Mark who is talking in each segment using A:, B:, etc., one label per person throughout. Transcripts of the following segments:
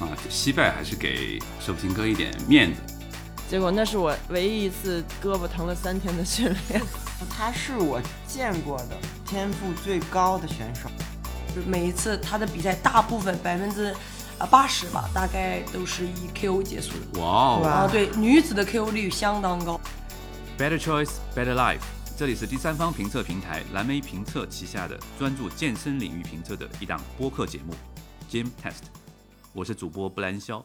A: 啊，惜败还是给舍甫琴科一点面子。
B: 结果那是我唯一一次胳膊疼了三天的训练。
C: 他是我见过的天赋最高的选手，
D: 就是每一次他的比赛，大部分百分之啊八十吧，大概都是以 KO 结束的。
A: 哇哦
C: 哇
D: 啊，对，女子的 KO 率相当高。
A: ，Better Choice Better Life，这里是第三方评测平台蓝莓评测旗下的专注健身领域评测的一档播客节目 Gym Test，我是主播布兰肖。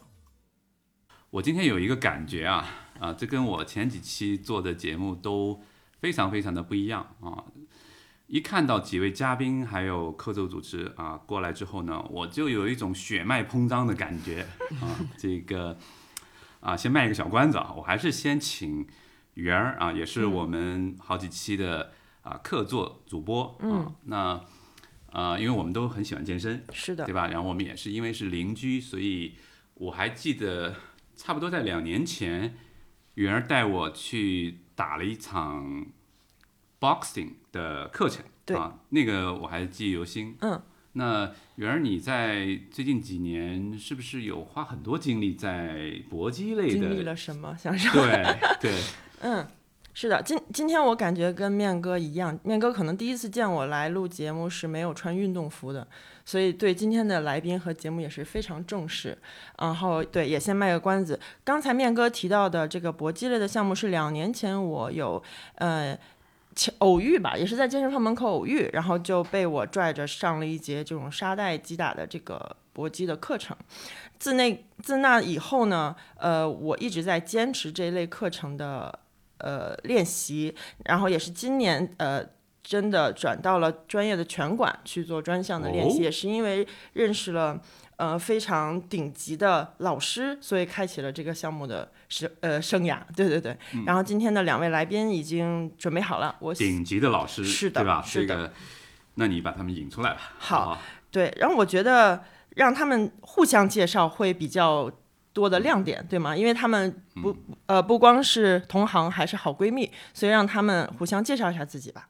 A: 我今天有一个感觉啊啊，这跟我前几期做的节目都非常非常的不一样啊。一看到几位嘉宾还有客座主持啊过来之后呢，我就有一种血脉膨胀的感觉啊。这个啊，先卖一个小关子啊，我还是先请圆儿啊，也是我们好几期的啊客座主播啊。那啊，因为我们都很喜欢健身，
B: 是的
A: 对，吧？然后我们也是因为是邻居，所以我还记得差不多在两年前，圆儿带我去打了一场 boxing 的课程，
B: 对
A: 啊，那个我还记忆犹新。
B: 嗯，
A: 那圆儿你在最近几年是不是有花很多精力在搏击类
B: 经历
A: 的？
B: 了什么？想说
A: 对对，
B: 是的，今今天我感觉跟面哥一样，面哥可能第一次见我来录节目是没有穿运动服的，所以对今天的来宾和节目也是非常重视。然后对，也先卖个关子，刚才面哥提到的这个搏击类的项目是两年前我有呃。巧偶遇吧，也是在健身房门口偶遇，然后就被我拽着上了一节这种沙袋击打的这个搏击的课程。自那自那以后呢，呃，我一直在坚持这一类课程的呃练习，然后也是今年呃真的转到了专业的拳馆去做专项的练习，
A: 哦
B: 也是因为认识了呃非常顶级的老师，所以开启了这个项目的生呃生涯。对对对，然后今天的两位来宾已经准备好了，我
A: 嗯顶级的老师
B: 是的
A: 对吧？
B: 是的
A: 这个，那你把他们引出来吧。
B: 好
A: 不，
B: 对，然后我觉得让他们互相介绍会比较多的亮点，对吗？因为他们
A: 嗯
B: 不、呃不光是同行，还是好闺蜜，所以让他们互相介绍一下自己吧。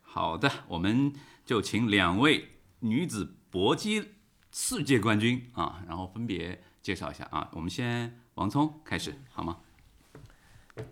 A: 好的，我们就请两位女子搏击世界冠军啊，然后分别介绍一下啊。我们先王聪开始好吗？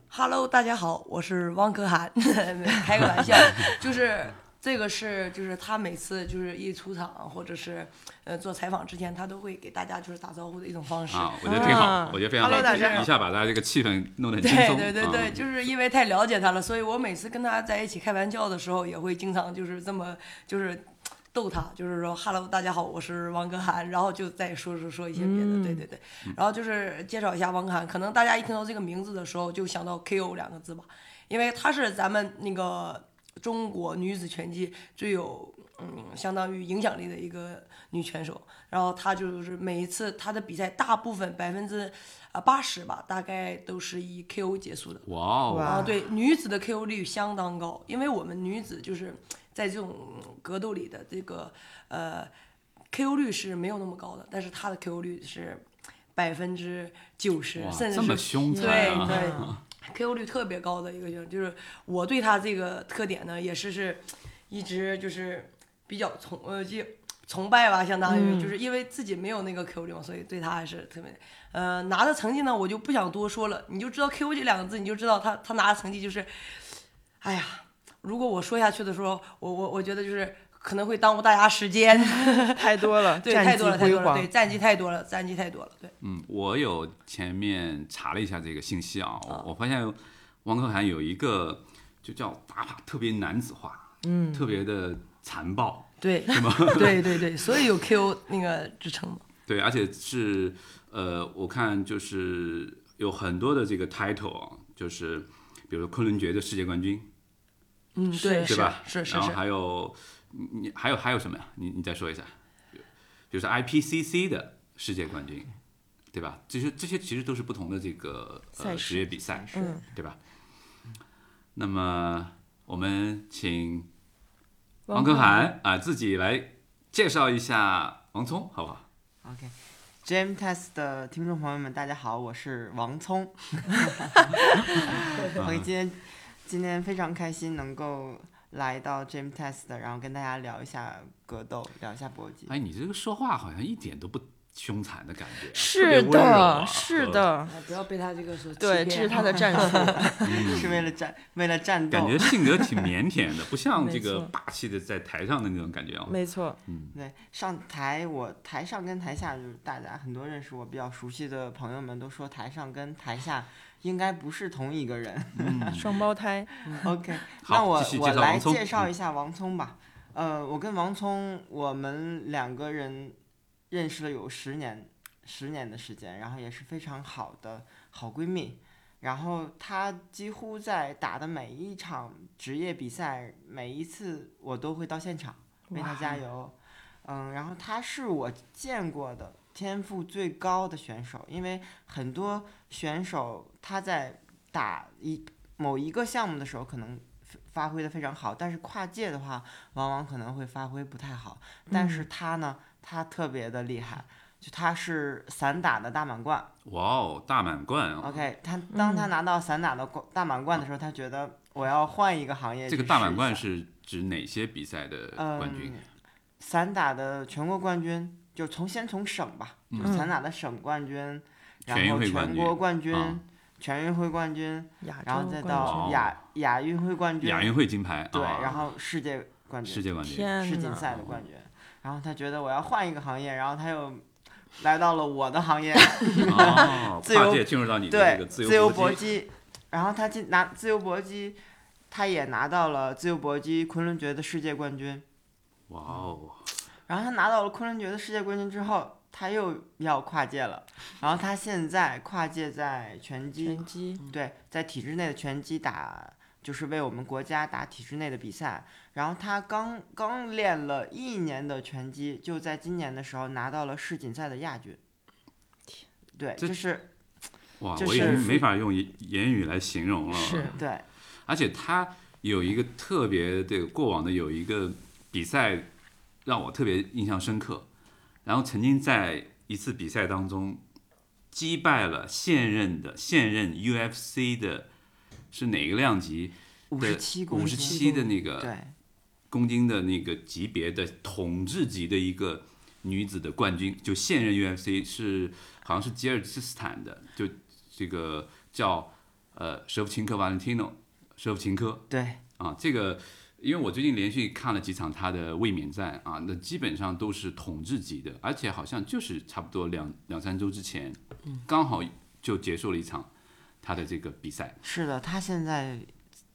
D: Hello，大家好，我是汪可涵， 开个玩笑，就是这个是就是他每次就是一出场或者是呃做采访之前，他都会给大家就是打招呼的一种方式。
A: 啊，我觉得挺好
B: 啊，
A: 我觉得非常好，
B: Hello，大家好
A: 一下把大家这个气氛弄得很轻
D: 对
A: 松。
D: 对对
A: 啊
D: 对，就是因为太了解他了，所以我每次跟他在一起开玩笑的时候，也会经常就是这么就是逗他，就是说 “Hello，大家好，我是王可涵”，然后就再说说说一些别的，对对对，
A: 嗯
D: 然后就是介绍一下王可涵，可能大家一听到这个名字的时候就想到 “KO” 两个字吧，因为他是咱们那个中国女子拳击最有。嗯，相当于影响力的一个女拳手，然后她就是每一次她的比赛，大部分百分之啊八十吧，大概都是以 KO 结束的。
A: 哇哦，
B: 哇
D: 啊，对，女子的 KO 率相当高，因为我们女子就是在这种格斗里的这个呃 KO 率是没有那么高的，但是她的 KO 率是百分之九十，
A: 哇，
D: 甚至
A: 这么
D: 是
A: 凶残
D: 对
A: 啊！
D: 对，KO 率特别高的一个选手，就是我对她这个特点呢，也是是一直就是比较崇呃就。崇拜吧，相当
B: 嗯
D: 于就是因为自己没有那个 KO 率嘛，所以对他还是特别，呃，拿的成绩呢，我就不想多说了，你就知道 KO 这两个字，你就知道他他拿的成绩就是，哎呀，如果我说下去的时候，我我我觉得就是可能会耽误大家时间，
B: 太多了，
D: 对，
B: 战
D: 太
B: 绩
D: 多了，太
B: 辉
D: 多了，
B: 煌
D: 对，战绩太多了，战绩太多了，对。
A: 嗯，我有前面查了一下这个信息啊，我我发现汪可涵有一个就叫打法特别男子化，嗯，特别的残暴，
D: 对，对对对，所以有 KO 那个支撑嘛。
A: 对，而且是呃，我看就是有很多的这个 title，啊就是比如说昆仑决的世界冠军，
D: 嗯，对，
A: 对吧？
D: 是是
A: 然后
D: 是，
A: 还有你你还有还有什么呀？你你再说一下，比如说 IPCC 的世界冠军，对吧？这些这些其实都是不同的这个呃
B: 赛事
A: 职业比赛，
B: 嗯
A: 对吧？那么我们请
B: 王
A: 王可
B: 可
A: 涵啊、自己来介绍一下王聪，好不好？
C: OK。Jam Test 的听众朋友们，大家好，我是王聪。我今天今天非常开心能够来到 Jam Test，然后跟大家聊一下格斗，聊一下搏击。
A: 哎，你这个说话好像一点都不凶残的感觉啊，
B: 是
A: 特别温柔啊
B: 的，是，的，
D: 哎不要被他这个所
B: 对，
D: 欺
B: 这
D: 骗
B: 是
D: 啊
B: 他的战 术。
C: 是为了战为了战斗。
A: 感觉性格挺腼腆的，不像这个
B: 没错
A: 霸气的在台上的那种感觉啊。
B: 没错，
C: 对，上台我台上跟台下就是大家很多认识我比较熟悉的朋友们都说台上跟台下应该不是同一个人。
A: 嗯
B: 双胞胎，
C: OK，
A: 好
C: 那我
A: 继续介
C: 我
A: 绍
C: 来
A: 王聪嗯
C: 介绍一下王聪吧。呃，我跟王聪我们两个人认识了有十年，十年的时间，然后也是非常好的好闺蜜。然后她几乎在打的每一场职业比赛，每一次我都会到现场为她加油。嗯，然后她是我见过的天赋最高的选手，因为很多选手他在打一某一个项目的时候可能发发挥的非常好，但是跨界的话，往往可能会发挥不太好。但是他呢，他特别的厉害，就他是散打的大满贯。
A: 哇哦，大满贯啊！
C: OK，他当他拿到散打的冠大满贯的时候，他觉得我要换一个行业去
A: 这
C: 试一下。
A: 个大满贯是指哪些比赛的
C: 嗯
A: 冠军？
C: 散打的全国冠军，就从先从省吧，就散打的省冠军，
A: 嗯全
C: 然
A: 运
C: 后
A: 会
C: 全
A: 冠
C: 国
A: 军
C: 冠军，
A: 啊
C: 全运会冠军，
B: 亚
C: 然
B: 洲
C: 后再
A: 军
C: 到
A: 哦
B: 冠
C: 亚亚运会冠军，
A: 亚运会金牌，
C: 对，
A: 啊
C: 然后世界冠军
A: 世，界冠嗯
B: 军，
A: 军，
C: 世
B: 天
C: 锦
B: 呐，
C: 赛的冠军。然后他觉得我要换一个行业，然后他又来到了我的行业，
A: 哦，
C: 自由
A: 跨界进入到 你的这
C: 对，
A: 个
C: 自
A: 自由
C: 搏
A: 搏，
C: 击。然后他进拿自由搏击，他也拿到了自由搏击昆仑决的世界冠军。
A: 哇哦，
C: 然后他拿到了昆仑决的世界冠军之后，他又要跨界了。然后他现在跨界在拳击
B: 拳，击，
C: 对，在体制内的拳击打，就是为我们国家打体制内的比赛。然后他刚刚练了一年的拳击，就在今年的时候拿到了世锦赛的亚军。对，
A: 这
C: 就是
A: 哇，
C: 就
A: 我已经
C: 是
A: 没法用言言语来形容了。
B: 是
C: 对，
A: 而且他有一个特别的过往的有一个比赛让我特别印象深刻，然后曾经在一次比赛当中击败了现任的现任 UFC 的是哪个量级？
C: 五十七公
A: 五十
C: 斤，
A: 七的那个
C: 对，
A: 公斤的那个级别的统治级的一个女子的冠军，就现任 UFC 是好像是吉尔吉斯斯坦的，就这个叫呃舍甫琴科 Valentino 舍甫琴科，
C: 对，
A: 啊，这个因为我最近连续看了几场他的卫冕战啊，那基本上都是统治级的，而且好像就是差不多两两三周之前，刚好就结束了一场他的这个比赛。
C: 是的，他现在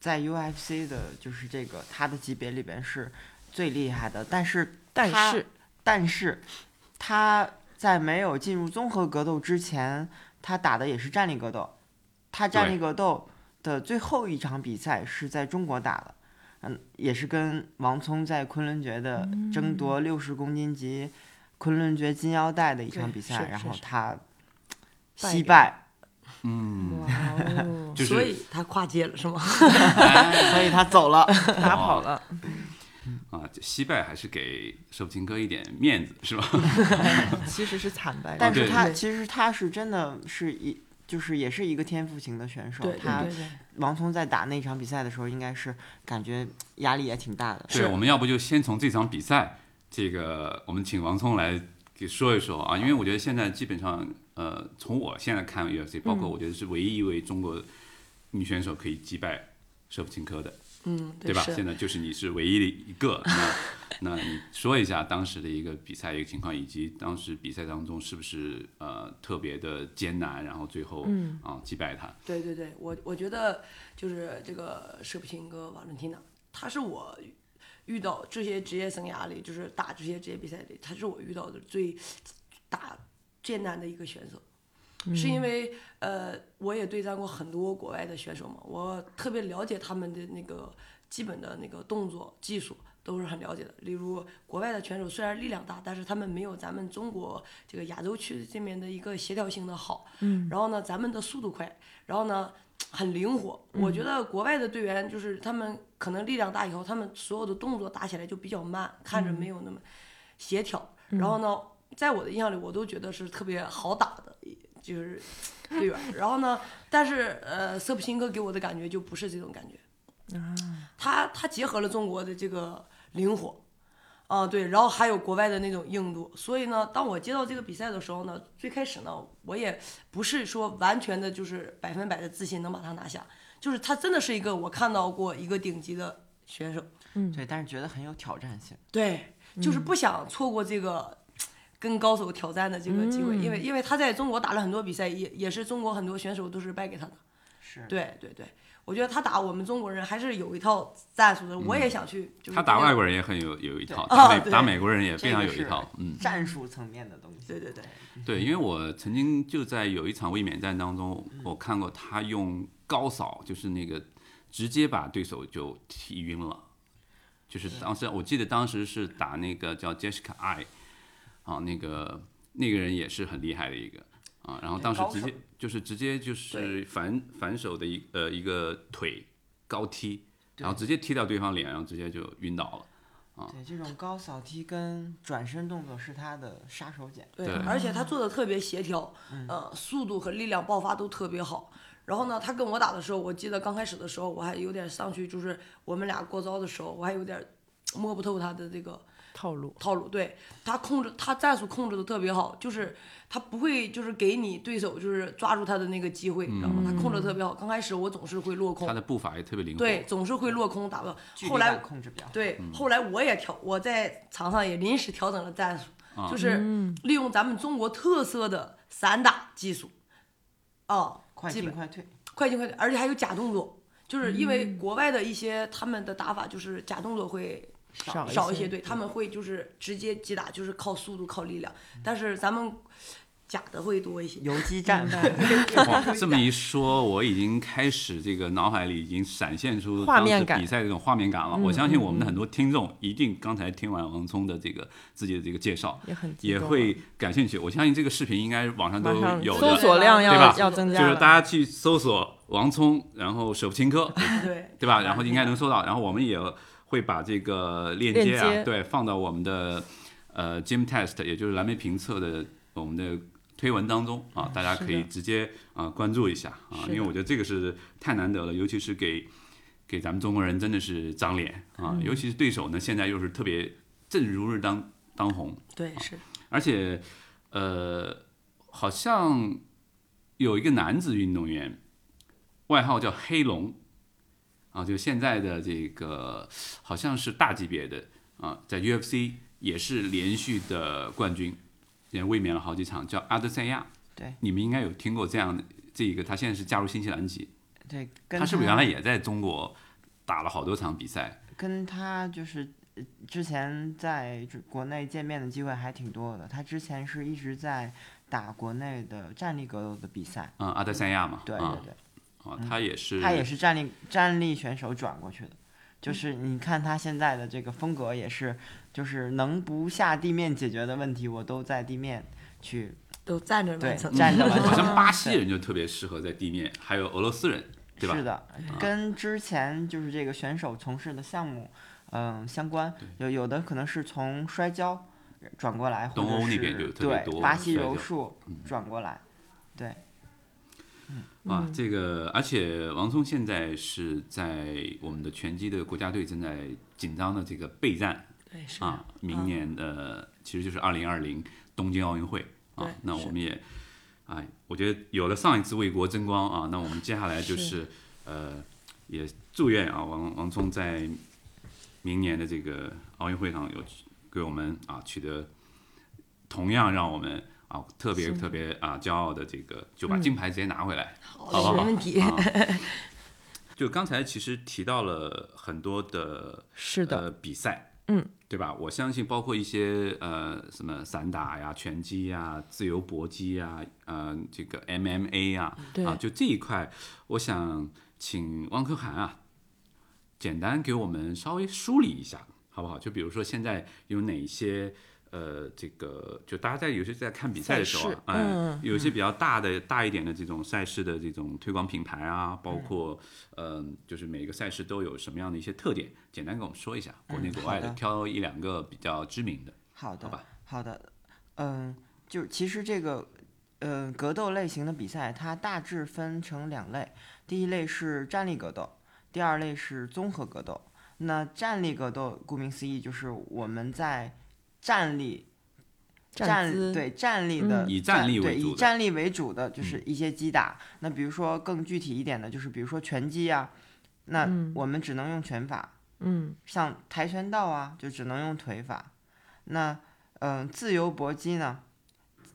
C: 在 UFC 的，就是这个他的级别里边是最厉害的，但是
B: 但
C: 他
B: 是
C: 但是他在没有进入综合格斗之前，他打的也是站立格斗。他站
A: 对
C: 立格斗的最后一场比赛是在中国打的，嗯，也是跟王聪在昆仑决的
D: 嗯
C: 争夺六十公斤级昆仑决金腰带的一场
D: 对
C: 比
D: 是
C: 赛，
D: 是
C: 然后
D: 是
C: 他
B: 败
C: 惜
B: 给
C: 败，
A: 嗯，
B: 哇
C: 嗯
B: 哦，
A: 就是
D: 所以他跨界了是吗？
C: 所以他走 了。
B: 打跑了，
A: 啊，这惜败还是给舍甫琴科一点面子是吧？
B: 其实是惨败。
C: 但
A: 哦对
C: 是他
D: 对
C: 其实他是真的是一就是也是一个天赋型的选手，
D: 对
C: 他
D: 对对，
C: 王聪在打那场比赛的时候，应该是感觉压力也挺大的。
A: 对，我们要不就先从这场比赛，这个我们请王聪来给说一说啊，因为我觉得现在基本上，呃，从我现在看 UFC，包括我觉得是唯一一位中国女选手可以击败舍甫琴科的，
D: 嗯，
A: 对吧？
D: 是
A: 现在就是你是唯一的一个，那那你说一下当时的一个比赛一个情况，以及当时比赛当中是不是呃特别的艰难，然后最后啊击败他，
D: 对对对，我我觉得就是这个舍甫琴科瓦伦蒂娜，她是我遇到这些职业生涯里，就是打这些职业比赛里，她是我遇到的最打艰难的一个选手。是因为呃，我也对战过很多国外的选手嘛，我特别了解他们的那个基本的那个动作技术都是很了解的。例如国外的选手虽然力量大，但是他们没有咱们中国这个亚洲区这边的一个协调性的好。嗯。然后呢，咱们的速度快，然后呢很灵活。我觉得国外的队员就是他们可能力量大以后，他们所有的动作打起来就比较慢，看着没有那么协调。然后呢，在我的印象里，我都觉得是特别好打的，就是队员。然后呢，但是呃，瑟普琴科给我的感觉就不是这种感觉。他他结合了中国的这个灵活，啊、对，然后还有国外的那种硬度，所以呢，当我接到这个比赛的时候呢，最开始呢，我也不是说完全的就是百分百的自信能把它拿下，就是他真的是一个我看到过一个顶级的选手，
A: 嗯
C: 对，但是觉得很有挑战性。
D: 对，就是不想错过这个跟高手挑战的这个机会，因为因为他在中国打了很多比赛，也也是中国很多选手都是败给他的。
C: 是，
D: 对对对，我觉得他打我们中国人还是有一套战术的，我也想去。就
A: 嗯
D: 是
A: 他
D: 这
A: 打
D: 样
A: 外国人也很有有一套，
C: 对
A: 打
D: 啊
A: 美
D: 对
A: 打美国人也
C: 这
A: 非常
C: 个
A: 有一
C: 是
A: 套，嗯。
C: 战术层面的东西。
D: 对对对，
A: 对，因为我曾经就在有一场卫冕战当中，我看过他用高扫，就是那个直接把对手就踢晕了。就是当时我记得当时是打那个叫 Jessica I，啊，那个那个人也是很厉害的一个啊，然后当时直接
D: 高手
A: 就是直接就是反反手的一呃一个腿高踢，然后直接踢到对方脸，然后直接就晕倒了。
C: 对，这种高扫踢跟转身动作是他的杀手锏。
D: 对，
A: 对
D: 而且他做的特别协调，
C: 嗯
D: 呃，速度和力量爆发都特别好。然后呢，他跟我打的时候，我记得刚开始的时候，我还有点上去，就是我们俩过招的时候，我还有点摸不透他的这个
B: 套路。
D: 套路。对他控制，他战术控制的特别好，就是他不会就是给你对手就是抓住他的那个机会，你知道吗？他控制得特别好。刚开始我总是会落空
A: 嗯他，的步伐也特别灵活，
D: 对，总是会落空打不到
C: 距。离
D: 后来
C: 感控制比较好。
D: 对，后来我也调，我在场上也临时调整了战术，就是利用咱们中国特色的散打技术，啊，
C: 快
D: 基
C: 进
D: 本
C: 快退，
D: 快进快退，而且还有假动作，就是因为国外的一些他们的打法就是假动作会
B: 少
D: 少
B: 一
D: 少一
B: 些
D: 些，对他们会就是直接击打，就是靠速度靠力量，但是咱们假的会多一些。
C: 游击战。
A: 哇，哦这么一说，我已经开始这个脑海里已经闪现出
B: 画
A: 当
B: 面
A: 时
B: 感嗯
A: 比赛的这种画面感了。我相信我们的很多听众一定刚才听完王聪的这个自己的这个介绍，
B: 也很激
A: 也
B: 动啊
A: 会感兴趣。我相信这个视频应该网上都
B: 马上
A: 有
B: 搜
A: 的，
B: 索量
A: 对吧
B: 要要增
A: 就
B: 加
A: 是
B: 了，
A: 大家去搜索王聪，然后舍甫琴科，
D: 对，
A: 对吧？然后应该能搜到，然后我们也会把这个链接啊，
B: 嗯链接
A: 对，放到我们的呃 Gym Test，也就是蓝莓评测的我们的推文当中啊，大家可以直接啊、呃关注一下啊，
B: 是的
A: 因为我觉得这个是太难得了，尤其是给给咱们中国人真的是长脸啊，
B: 嗯
A: 尤其是对手呢，现在又是特别正如日当当红，
D: 对是。
A: 而且，呃，好像有一个男子运动员，外号叫黑龙，啊，就现在的这个好像是大级别的啊，在 UFC 也是连续的冠军，也卫冕了好几场，叫阿德塞亚。
C: 对，
A: 你们应该有听过这样的这一个，他现在是加入新西兰籍，
C: 对，跟
A: 他是不是原来也在中国打了好多场比赛？
C: 跟他就是呃之前在这国内见面的机会还挺多的。他之前是一直在打国内的站立格斗的比赛，
A: 嗯，阿德塞亚嘛，
C: 对
A: 啊
C: 对对，
A: 啊，他也是，
C: 他也是站立站立选手转过去的。就是你看他现在的这个风格也是，就是能不下地面解决的问题，我都在地面去
D: 都站着
C: 对
D: 完成，
C: 站着完
A: 好
C: 成。
A: 像巴西人就特别适合在地面，还有俄罗斯人，对吧？啊
C: 是的，跟之前就是这个选手从事的项目，嗯、相关，有有的可能是从摔跤转过来，或
A: 东
C: 者
A: 欧那
C: 是
A: 边就特别
C: 对
A: 多
C: 巴西
A: 摔
C: 柔
A: 跤嗯
C: 术转过来，对，嗯
A: 啊，这个，而且王聪现在是在我们的拳击的国家队正在紧张的这个备战
D: 对是
A: 啊，明年的其实就是二零二零东京奥运会啊
D: 对，
A: 那
D: 是
A: 我们也，哎，我觉得有了上一次为国争光啊，那我们接下来就是是呃，也祝愿啊王王聪在明年的这个奥运会上有给我们啊取得同样让我们啊特别特别啊骄傲的这个就
D: 嗯
A: 把金牌直接拿回来。
D: 好
A: 好好
D: 的，没
A: 好
D: 问题。
A: 就刚才其实提到了很多的
B: 是的，
A: 呃、比赛，
B: 嗯，
A: 对吧？我相信包括一些呃什么散打呀、拳击呀、自由搏击呀、呃这个 MMA 呀，
B: 对
A: 啊，就这一块，我想请汪科涵啊，简单给我们稍微梳理一下，好不好？就比如说现在有哪些。呃，这个就大家在有些在看比赛的时候啊，
B: 赛事嗯
A: 哎有一些比较大的、大一点的这种赛事的这种推广品牌啊，包括嗯、就是每个赛事都有什么样的一些特点，简单跟我们说一下，国内
C: 嗯
A: 国
C: 好
A: 外的，
C: 的
A: 挑一两个比较知名的。
C: 好的，
A: 吧
C: 好的，嗯，就是其实这个，嗯，格斗类型的比赛，它大致分成两类，第一类是站立格斗，第二类是综合格斗。那站立格斗，顾名思义就是我们在站立站
B: 姿
C: 对站立的、
B: 嗯
A: 以站立为
C: 对
A: 主
C: 以
A: 的嗯
C: 站立为主的就是一些击打。那比如说更具体一点的，就是比如说拳击啊，那我们只能用拳法。
B: 嗯
C: 像跆拳道啊，就只能用腿法。那嗯、呃自由搏击呢，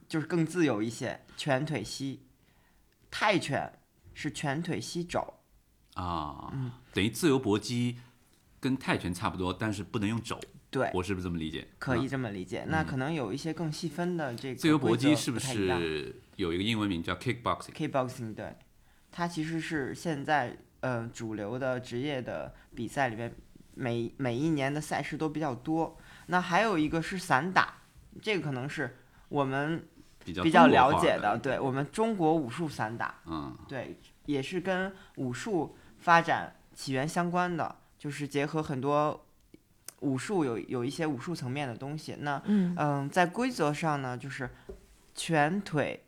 C: 就是更自由一些，拳腿膝。泰拳是拳腿膝肘，
A: 啊，
C: 嗯
A: 等于自由搏击跟泰拳差不多，但是不能用肘，
C: 对，
A: 我是不是这么理解？
C: 可以
A: 啊。
C: 这么理解。那可能有一些更细分的这个
A: 自由搏击
C: 规则
A: 是不
C: 太一样
A: 是有一个英文名叫 kickboxing？
C: Kickboxing 对，它其实是现在呃主流的职业的比赛里边，每每一年的赛事都比较多。那还有一个是散打，这个可能是我们
A: 比较
C: 比
A: 比
C: 较了解的，对我们中国武术散打，
A: 嗯，
C: 对，也是跟武术发展起源相关的，就是结合很多武术有有一些武术层面的东西。那
B: 嗯
C: 嗯，在规则上呢，就是拳腿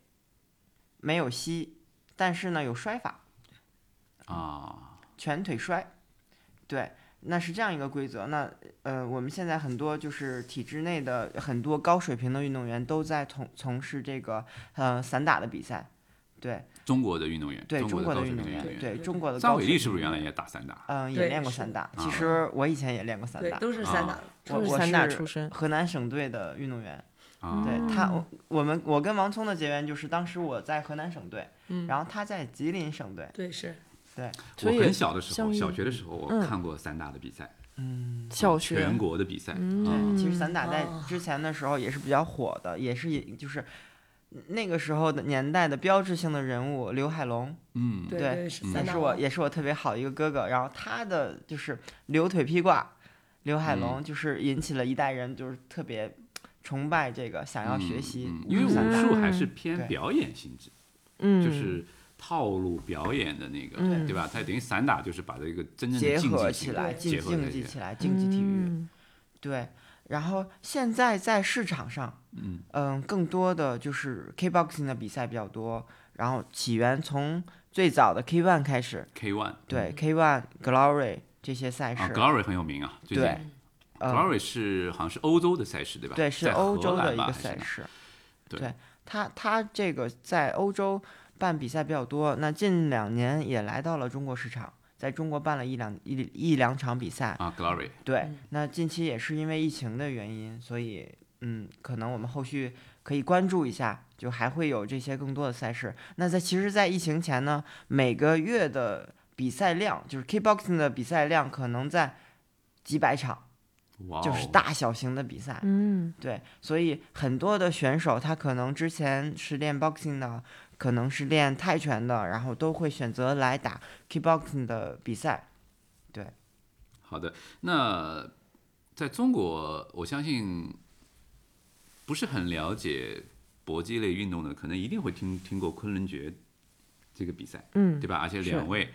C: 没有膝，但是呢有摔法，
A: 啊，
C: 拳腿摔，对，那是这样一个规则。那呃，我们现在很多就是体制内的很多高水平的运动员都在从从事这个呃散打的比赛，对
A: 中国的运动员，
C: 对，中
A: 国的
C: 国
A: 高
C: 的
A: 水
C: 运
A: 平
C: 动
A: 运
C: 员，
A: 员。
C: 对中国的
A: 张
C: 高
A: 伟
C: 水
A: 丽
C: 平
A: 是不是原来
C: 运动员？
A: 也打散打？
C: 嗯，也
D: 对
C: 练过
D: 是
C: 散打。
A: 啊
C: 其实我以前也练过散
D: 对，
C: 打，
D: 都是散打
A: 啊
D: 的。
C: 我
B: 都是
C: 我
B: 散打出
C: 是
B: 身。
C: 河南省队的运动员。
A: 啊，
C: 对他，我我们我跟王聪的结缘就是当时我在河南省队，
D: 嗯
C: 然后他在吉林省队，
D: 对，是
A: 我
B: 所以
A: 很小的时
B: 像
A: 候，
B: 运
A: 小学的时候，我
B: 嗯
A: 看过散打的比赛，嗯
B: 小学
A: 全国的比赛。
C: 对，
A: 嗯，
C: 其实散打在
D: 哦
C: 之前的时候也是比较火的，也是也就是那个时候的年代的标志性的人物刘海龙，
A: 嗯，
D: 对
C: 对
D: 对是
A: 嗯
D: 散
C: 也
D: 打
C: 是
D: 王。
C: 我也是我特别好的一个哥哥，然后他的就是留腿披挂，刘海龙
A: 嗯
C: 就是引起了一代人就是特别崇拜这个，想要学习
A: 嗯嗯
C: 武
A: 因为
C: 术散打
A: 武，术还是
C: 对
A: 偏表演性质，
B: 嗯
A: 就是套路表演的那个，对吧？它等于散打就是把这个真正
C: 结
A: 的竞
C: 合
A: 技
C: 起
A: 性
C: 来，
A: 结
C: 竞
A: 合在
C: 竞
A: 一
C: 技
A: 起
C: 起来，竞技体育。
B: 嗯
C: 对，然后现在在市场上，
A: 嗯
C: 更多的就是 K-boxing 的比赛比较多，然后起源从最早的 K-1 开始，
A: K One
C: 对 K-1 Glory 这些赛
A: 嗯啊
C: 事，
A: ，Glory 很有名啊，最近
C: 对，呃，
A: Glory 是好像是欧洲的赛事对吧？
C: 对，是
A: 在
C: 欧
A: 荷
C: 洲的
A: 兰
C: 一
A: 吧
C: 个
A: 还是
C: 赛
A: 哪
C: 事，
A: 对
C: 对，它它这个在欧洲办比赛比较多，那近两年也来到了中国市场。在中国办了一两一一两场比赛，
A: 啊，Glory
C: 对，那近期也是因为疫情的原因，所以嗯，可能我们后续可以关注一下，就还会有这些更多的赛事。那在其实，在疫情前呢，每个月的比赛量，就是 Kickboxing 的比赛量，可能在几百场，
A: 哇哦，
C: 就是大小型的比赛。
B: 嗯
C: 对，所以很多的选手他可能之前是练 boxing 的，可能是练泰拳的，然后都会选择来打 kickboxing 的比赛。
A: 好的，那在中国，我相信不是很了解搏击类运动的，可能一定会听听过昆仑决这个比赛，
B: 嗯
A: 对吧？而且
B: 是
A: 两位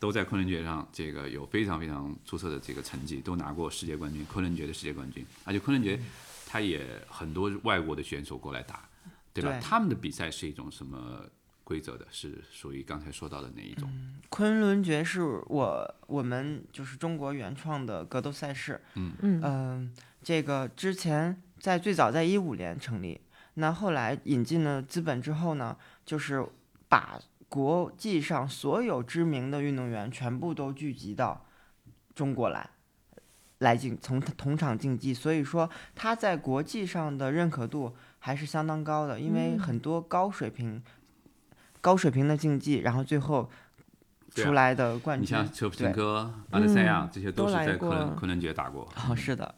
A: 都在昆仑决上这个有非常非常出色的这个成绩，都拿过世界冠军，昆仑决的世界冠军。而且昆仑决他也很多外国的选手过来打，对吧？
C: 对
A: 他们的比赛是一种什么规则的？是属于刚才说到的哪一种？
C: 昆仑决是我我们就是中国原创的格斗赛事，
B: 嗯
C: 嗯，这个之前在最早在一五年成立，那后来引进了资本之后呢，就是把国际上所有知名的运动员全部都聚集到中国来，来竞从同场竞技，所以说它在国际上的认可度还是相当高的，因为
B: 嗯
C: 很多高水平、高水平的竞技，然后最后
A: 对啊
C: 出来的冠
A: 你
C: 军
A: 像，车夫琴
C: 嗯对，
A: 科、阿德塞亚
B: 嗯
A: 这些都是
B: 都来
A: 在昆
B: 过
A: 仑昆仑决打过。
C: 哦，是的，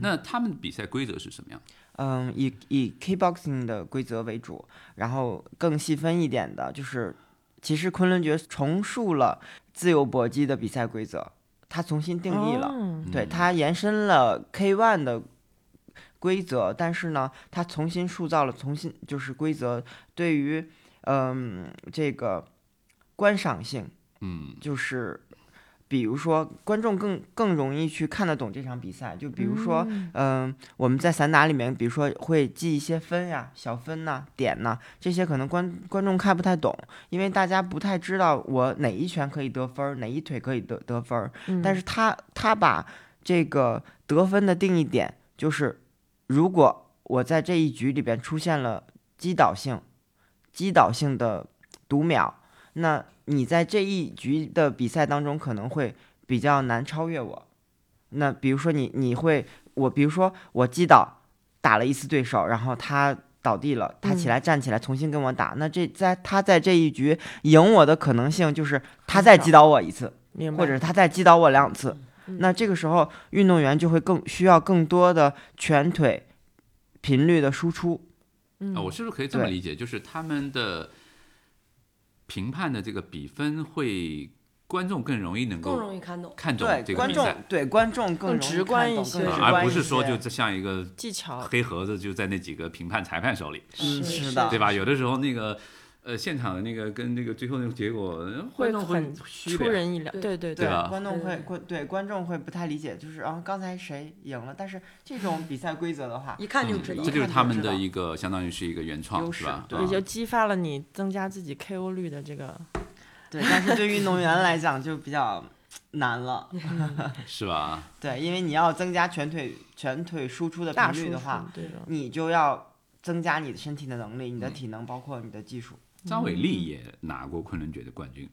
A: 那他们比赛规则是什么样？
C: 嗯，以以 Kickboxing 的规则为主，然后更细分一点的就是，其实昆仑决重塑了自由搏击的比赛规则，它重新定义了，
B: 哦
C: 对
A: 嗯
C: 它延伸了 K1 的规则，但是呢，它重新塑造了重新就是规则对于嗯这个观赏性，
A: 嗯
C: 就是比如说观众更更容易去看得懂这场比赛。就比如说，嗯、我们在散打里面，比如说会记一些分呀、小分呐、点呐、这些，可能观观众看不太懂，因为大家不太知道我哪一拳可以得分儿，哪一腿可以得得分儿。但是他他把这个得分的定义点就是，如果我在这一局里边出现了击倒性、击倒性的读秒，那你在这一局的比赛当中可能会比较难超越我。那比如说你你会我，比如说我击倒打了一次对手，然后他倒地了，他
B: 嗯
C: 起来站起来重新跟我打，那这在他在这一局赢我的可能性就是他
B: 很
C: 再
B: 少
C: 击倒我一次。
B: 明白。
C: 或者他再击倒我两次，
B: 嗯
C: 那这个时候运动员就会更需要更多的拳腿频率的输出。
B: 嗯
A: 啊，我是不是可以这么
C: 对
A: 理解？就是他们的评判的这个比分会，观众更容易能
D: 更
A: 够
D: 容易看懂。
A: 看懂
C: 对
A: 这个
C: 观
A: 比
C: 众
A: 赛，，
C: 对观众更
B: 更
C: 容易
B: 直
C: 看
B: 观
C: 懂
B: 一
C: 更
A: 啊
B: 些
C: 直
B: 直
A: 而
C: 观
A: 不
C: 一
A: 是说
C: 些
A: 就这像一个
B: 技巧
A: 黑盒子就在那几个评判裁判手里，
C: 嗯
B: 是
C: 是的
A: 对吧？有的时候那个呃现场的那个跟那个最后那个结果，呃观
B: 会
A: 众
B: 很
A: 虚
B: 出
A: 的呀。
B: 人意料。对对
A: 对吧
C: 观众
D: 对
C: 会
D: 对
C: 观对观众会不太理解，就是啊刚才谁赢了？但是这种比赛规则的话，
D: 一看就
A: 嗯
D: 知道，
A: 这就是他们的
C: 一看就知道
A: 一个，相当于是一个原创，
C: 优
A: 是
C: 势
A: 吧？
C: 对
A: 啊
B: 也就激发了你增加自己 KO 率的这个，
C: 对，但是对于运动员来讲就比较难了。
A: 是吧？
C: 对，因为你要增加拳腿拳腿输出的
B: 大
C: 频
B: 数
C: 率的话，
B: 对的，
C: 你就要增加你的身体的能力、你的
A: 嗯
C: 体能，包括你的技术。
A: 张伟丽也拿过昆仑决的冠军，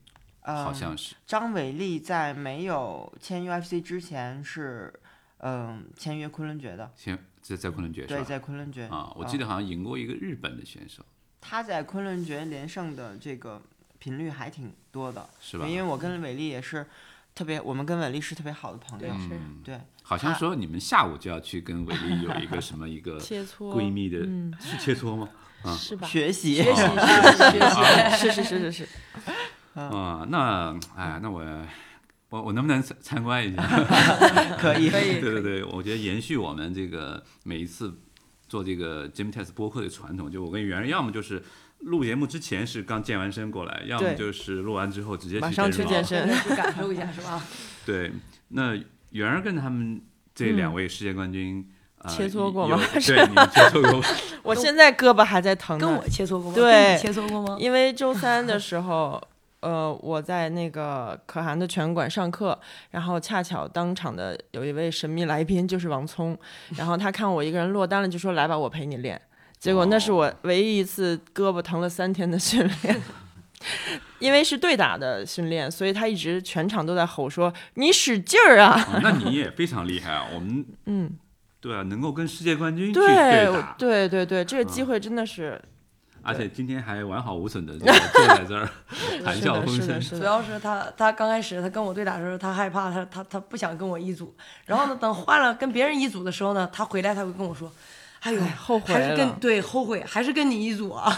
C: 呃，
A: 好像是。
C: 张伟丽在没有签 UFC 之前是，嗯，签约昆仑决的。
A: 先在在昆仑决
C: 对，
A: 是吧？
C: 在昆仑决
A: 啊，我记
C: 得
A: 得好像赢过一个日本的选手，
C: 他在昆仑决连胜的这个频率还挺多的，
A: 是吧？
C: 因为我跟伟丽也是特别，我们跟伟丽是特别好的朋友。
D: 是
A: 嗯，
C: 对，
A: 好像
C: 他
A: 说你们下午就要去跟伟丽有一个什么一个
B: 切磋
A: 闺蜜的，
B: 嗯，
A: 是切磋吗？啊
B: 是吧？
C: 学习
B: 学习
A: 啊
B: 是是是是是，
A: 啊，那哎，那我我我能不能参参观一下？
C: 可以，
D: 可 以
A: 对对对，我觉得延续我们这个每一次做这个 Jim Test 播客的传统，就我跟圆圆，要么就是录节目之前是刚健完身过来，要么
C: 对
A: 就是录完之后直接
C: 马上
A: 去
B: 去
A: 健
B: 健
A: 身
B: 身
D: 对去感受一下 是吧？
A: 房。对，那圆圆跟他们这两位世界冠军。呃
B: 切磋过
A: 有
B: 吗
A: 对，你们切磋过吗？
B: 我现在胳膊还在疼
D: 跟
B: 呢
D: 我，切磋过吗？
B: 对
D: 跟你切磋过吗？
B: 因为周三的时候，呃，我在那个可汗的拳馆上课，然后恰巧当场的有一位神秘来宾就是王聪，然后他看我一个人落单了，就说来吧，我陪你练。结果那是我唯一一次胳膊疼了三天的训练。 因为是对打的训练，所以他一直全场都在吼说：“你使劲儿啊！”
A: 哦那你也非常厉害啊！我们
B: 嗯，
A: 对啊，能够跟世界冠军去
B: 对我
A: 打，嗯
B: 对对对，这个机会真的是，
A: 而且今天还完好无损的 坐在这儿，谈
B: 是
A: 笑
B: 的，
A: 风
B: 是的，
A: 生。
B: 是
D: 主
B: 的，
D: 要是他，他刚开始他跟我对打的时候，他害怕，他他他不想跟我一组。然后呢，等换了跟别人一组的时候呢，他回来他会跟我说：“哎呦，
B: 后悔
D: 还是跟
B: 了
D: 对后悔，还是跟你一组啊，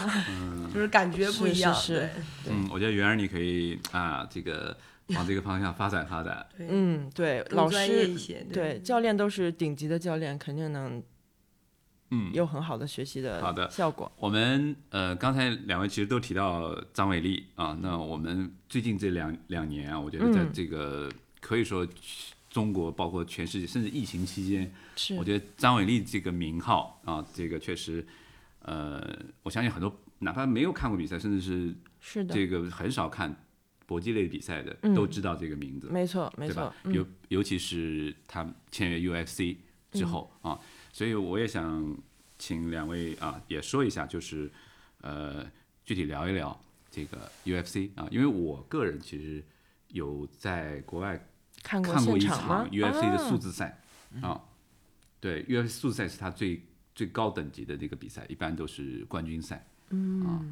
D: 就是感觉不
B: 是
D: 一
B: 是
D: 样。
B: 是，
A: 嗯，我觉得圆儿你可以啊，这个往这个方向发展发展。
D: 对，对，
B: 嗯，对，
D: 更
B: 老
D: 专业
B: 师
D: 一些，
B: 对，教练都是顶级的教练，肯定能
A: 嗯，
B: 有很好的学习
A: 好的
B: 的效果。
A: 我们呃刚才两位其实都提到张伟丽啊，那我们最近这两两年啊，我觉得在
B: 嗯
A: 这个可以说中国包括全世界，甚至疫情期间，
B: 是
A: 我觉得张伟丽这个名号啊，这个确实，呃，我相信很多哪怕没有看过比赛，甚至是
B: 是的，
A: 这个很少看搏击类比赛的，
B: 嗯
A: 都知道这个名字，
B: 没错没
A: 对
B: 错
A: 吧，？
B: 嗯嗯
A: 尤尤其是他签约 UFC 之后啊，所以我也想请两位啊也说一下，就是呃具体聊一聊这个 UFC 啊，因为我个人其实有在国外
B: 看
A: 看过
B: 现
A: 一
B: 场吗
A: 场 UFC 的数
B: 啊
A: 字赛啊，对 UFC 数字赛是它最最高等级的这个比赛，一般都是冠军赛。嗯，啊，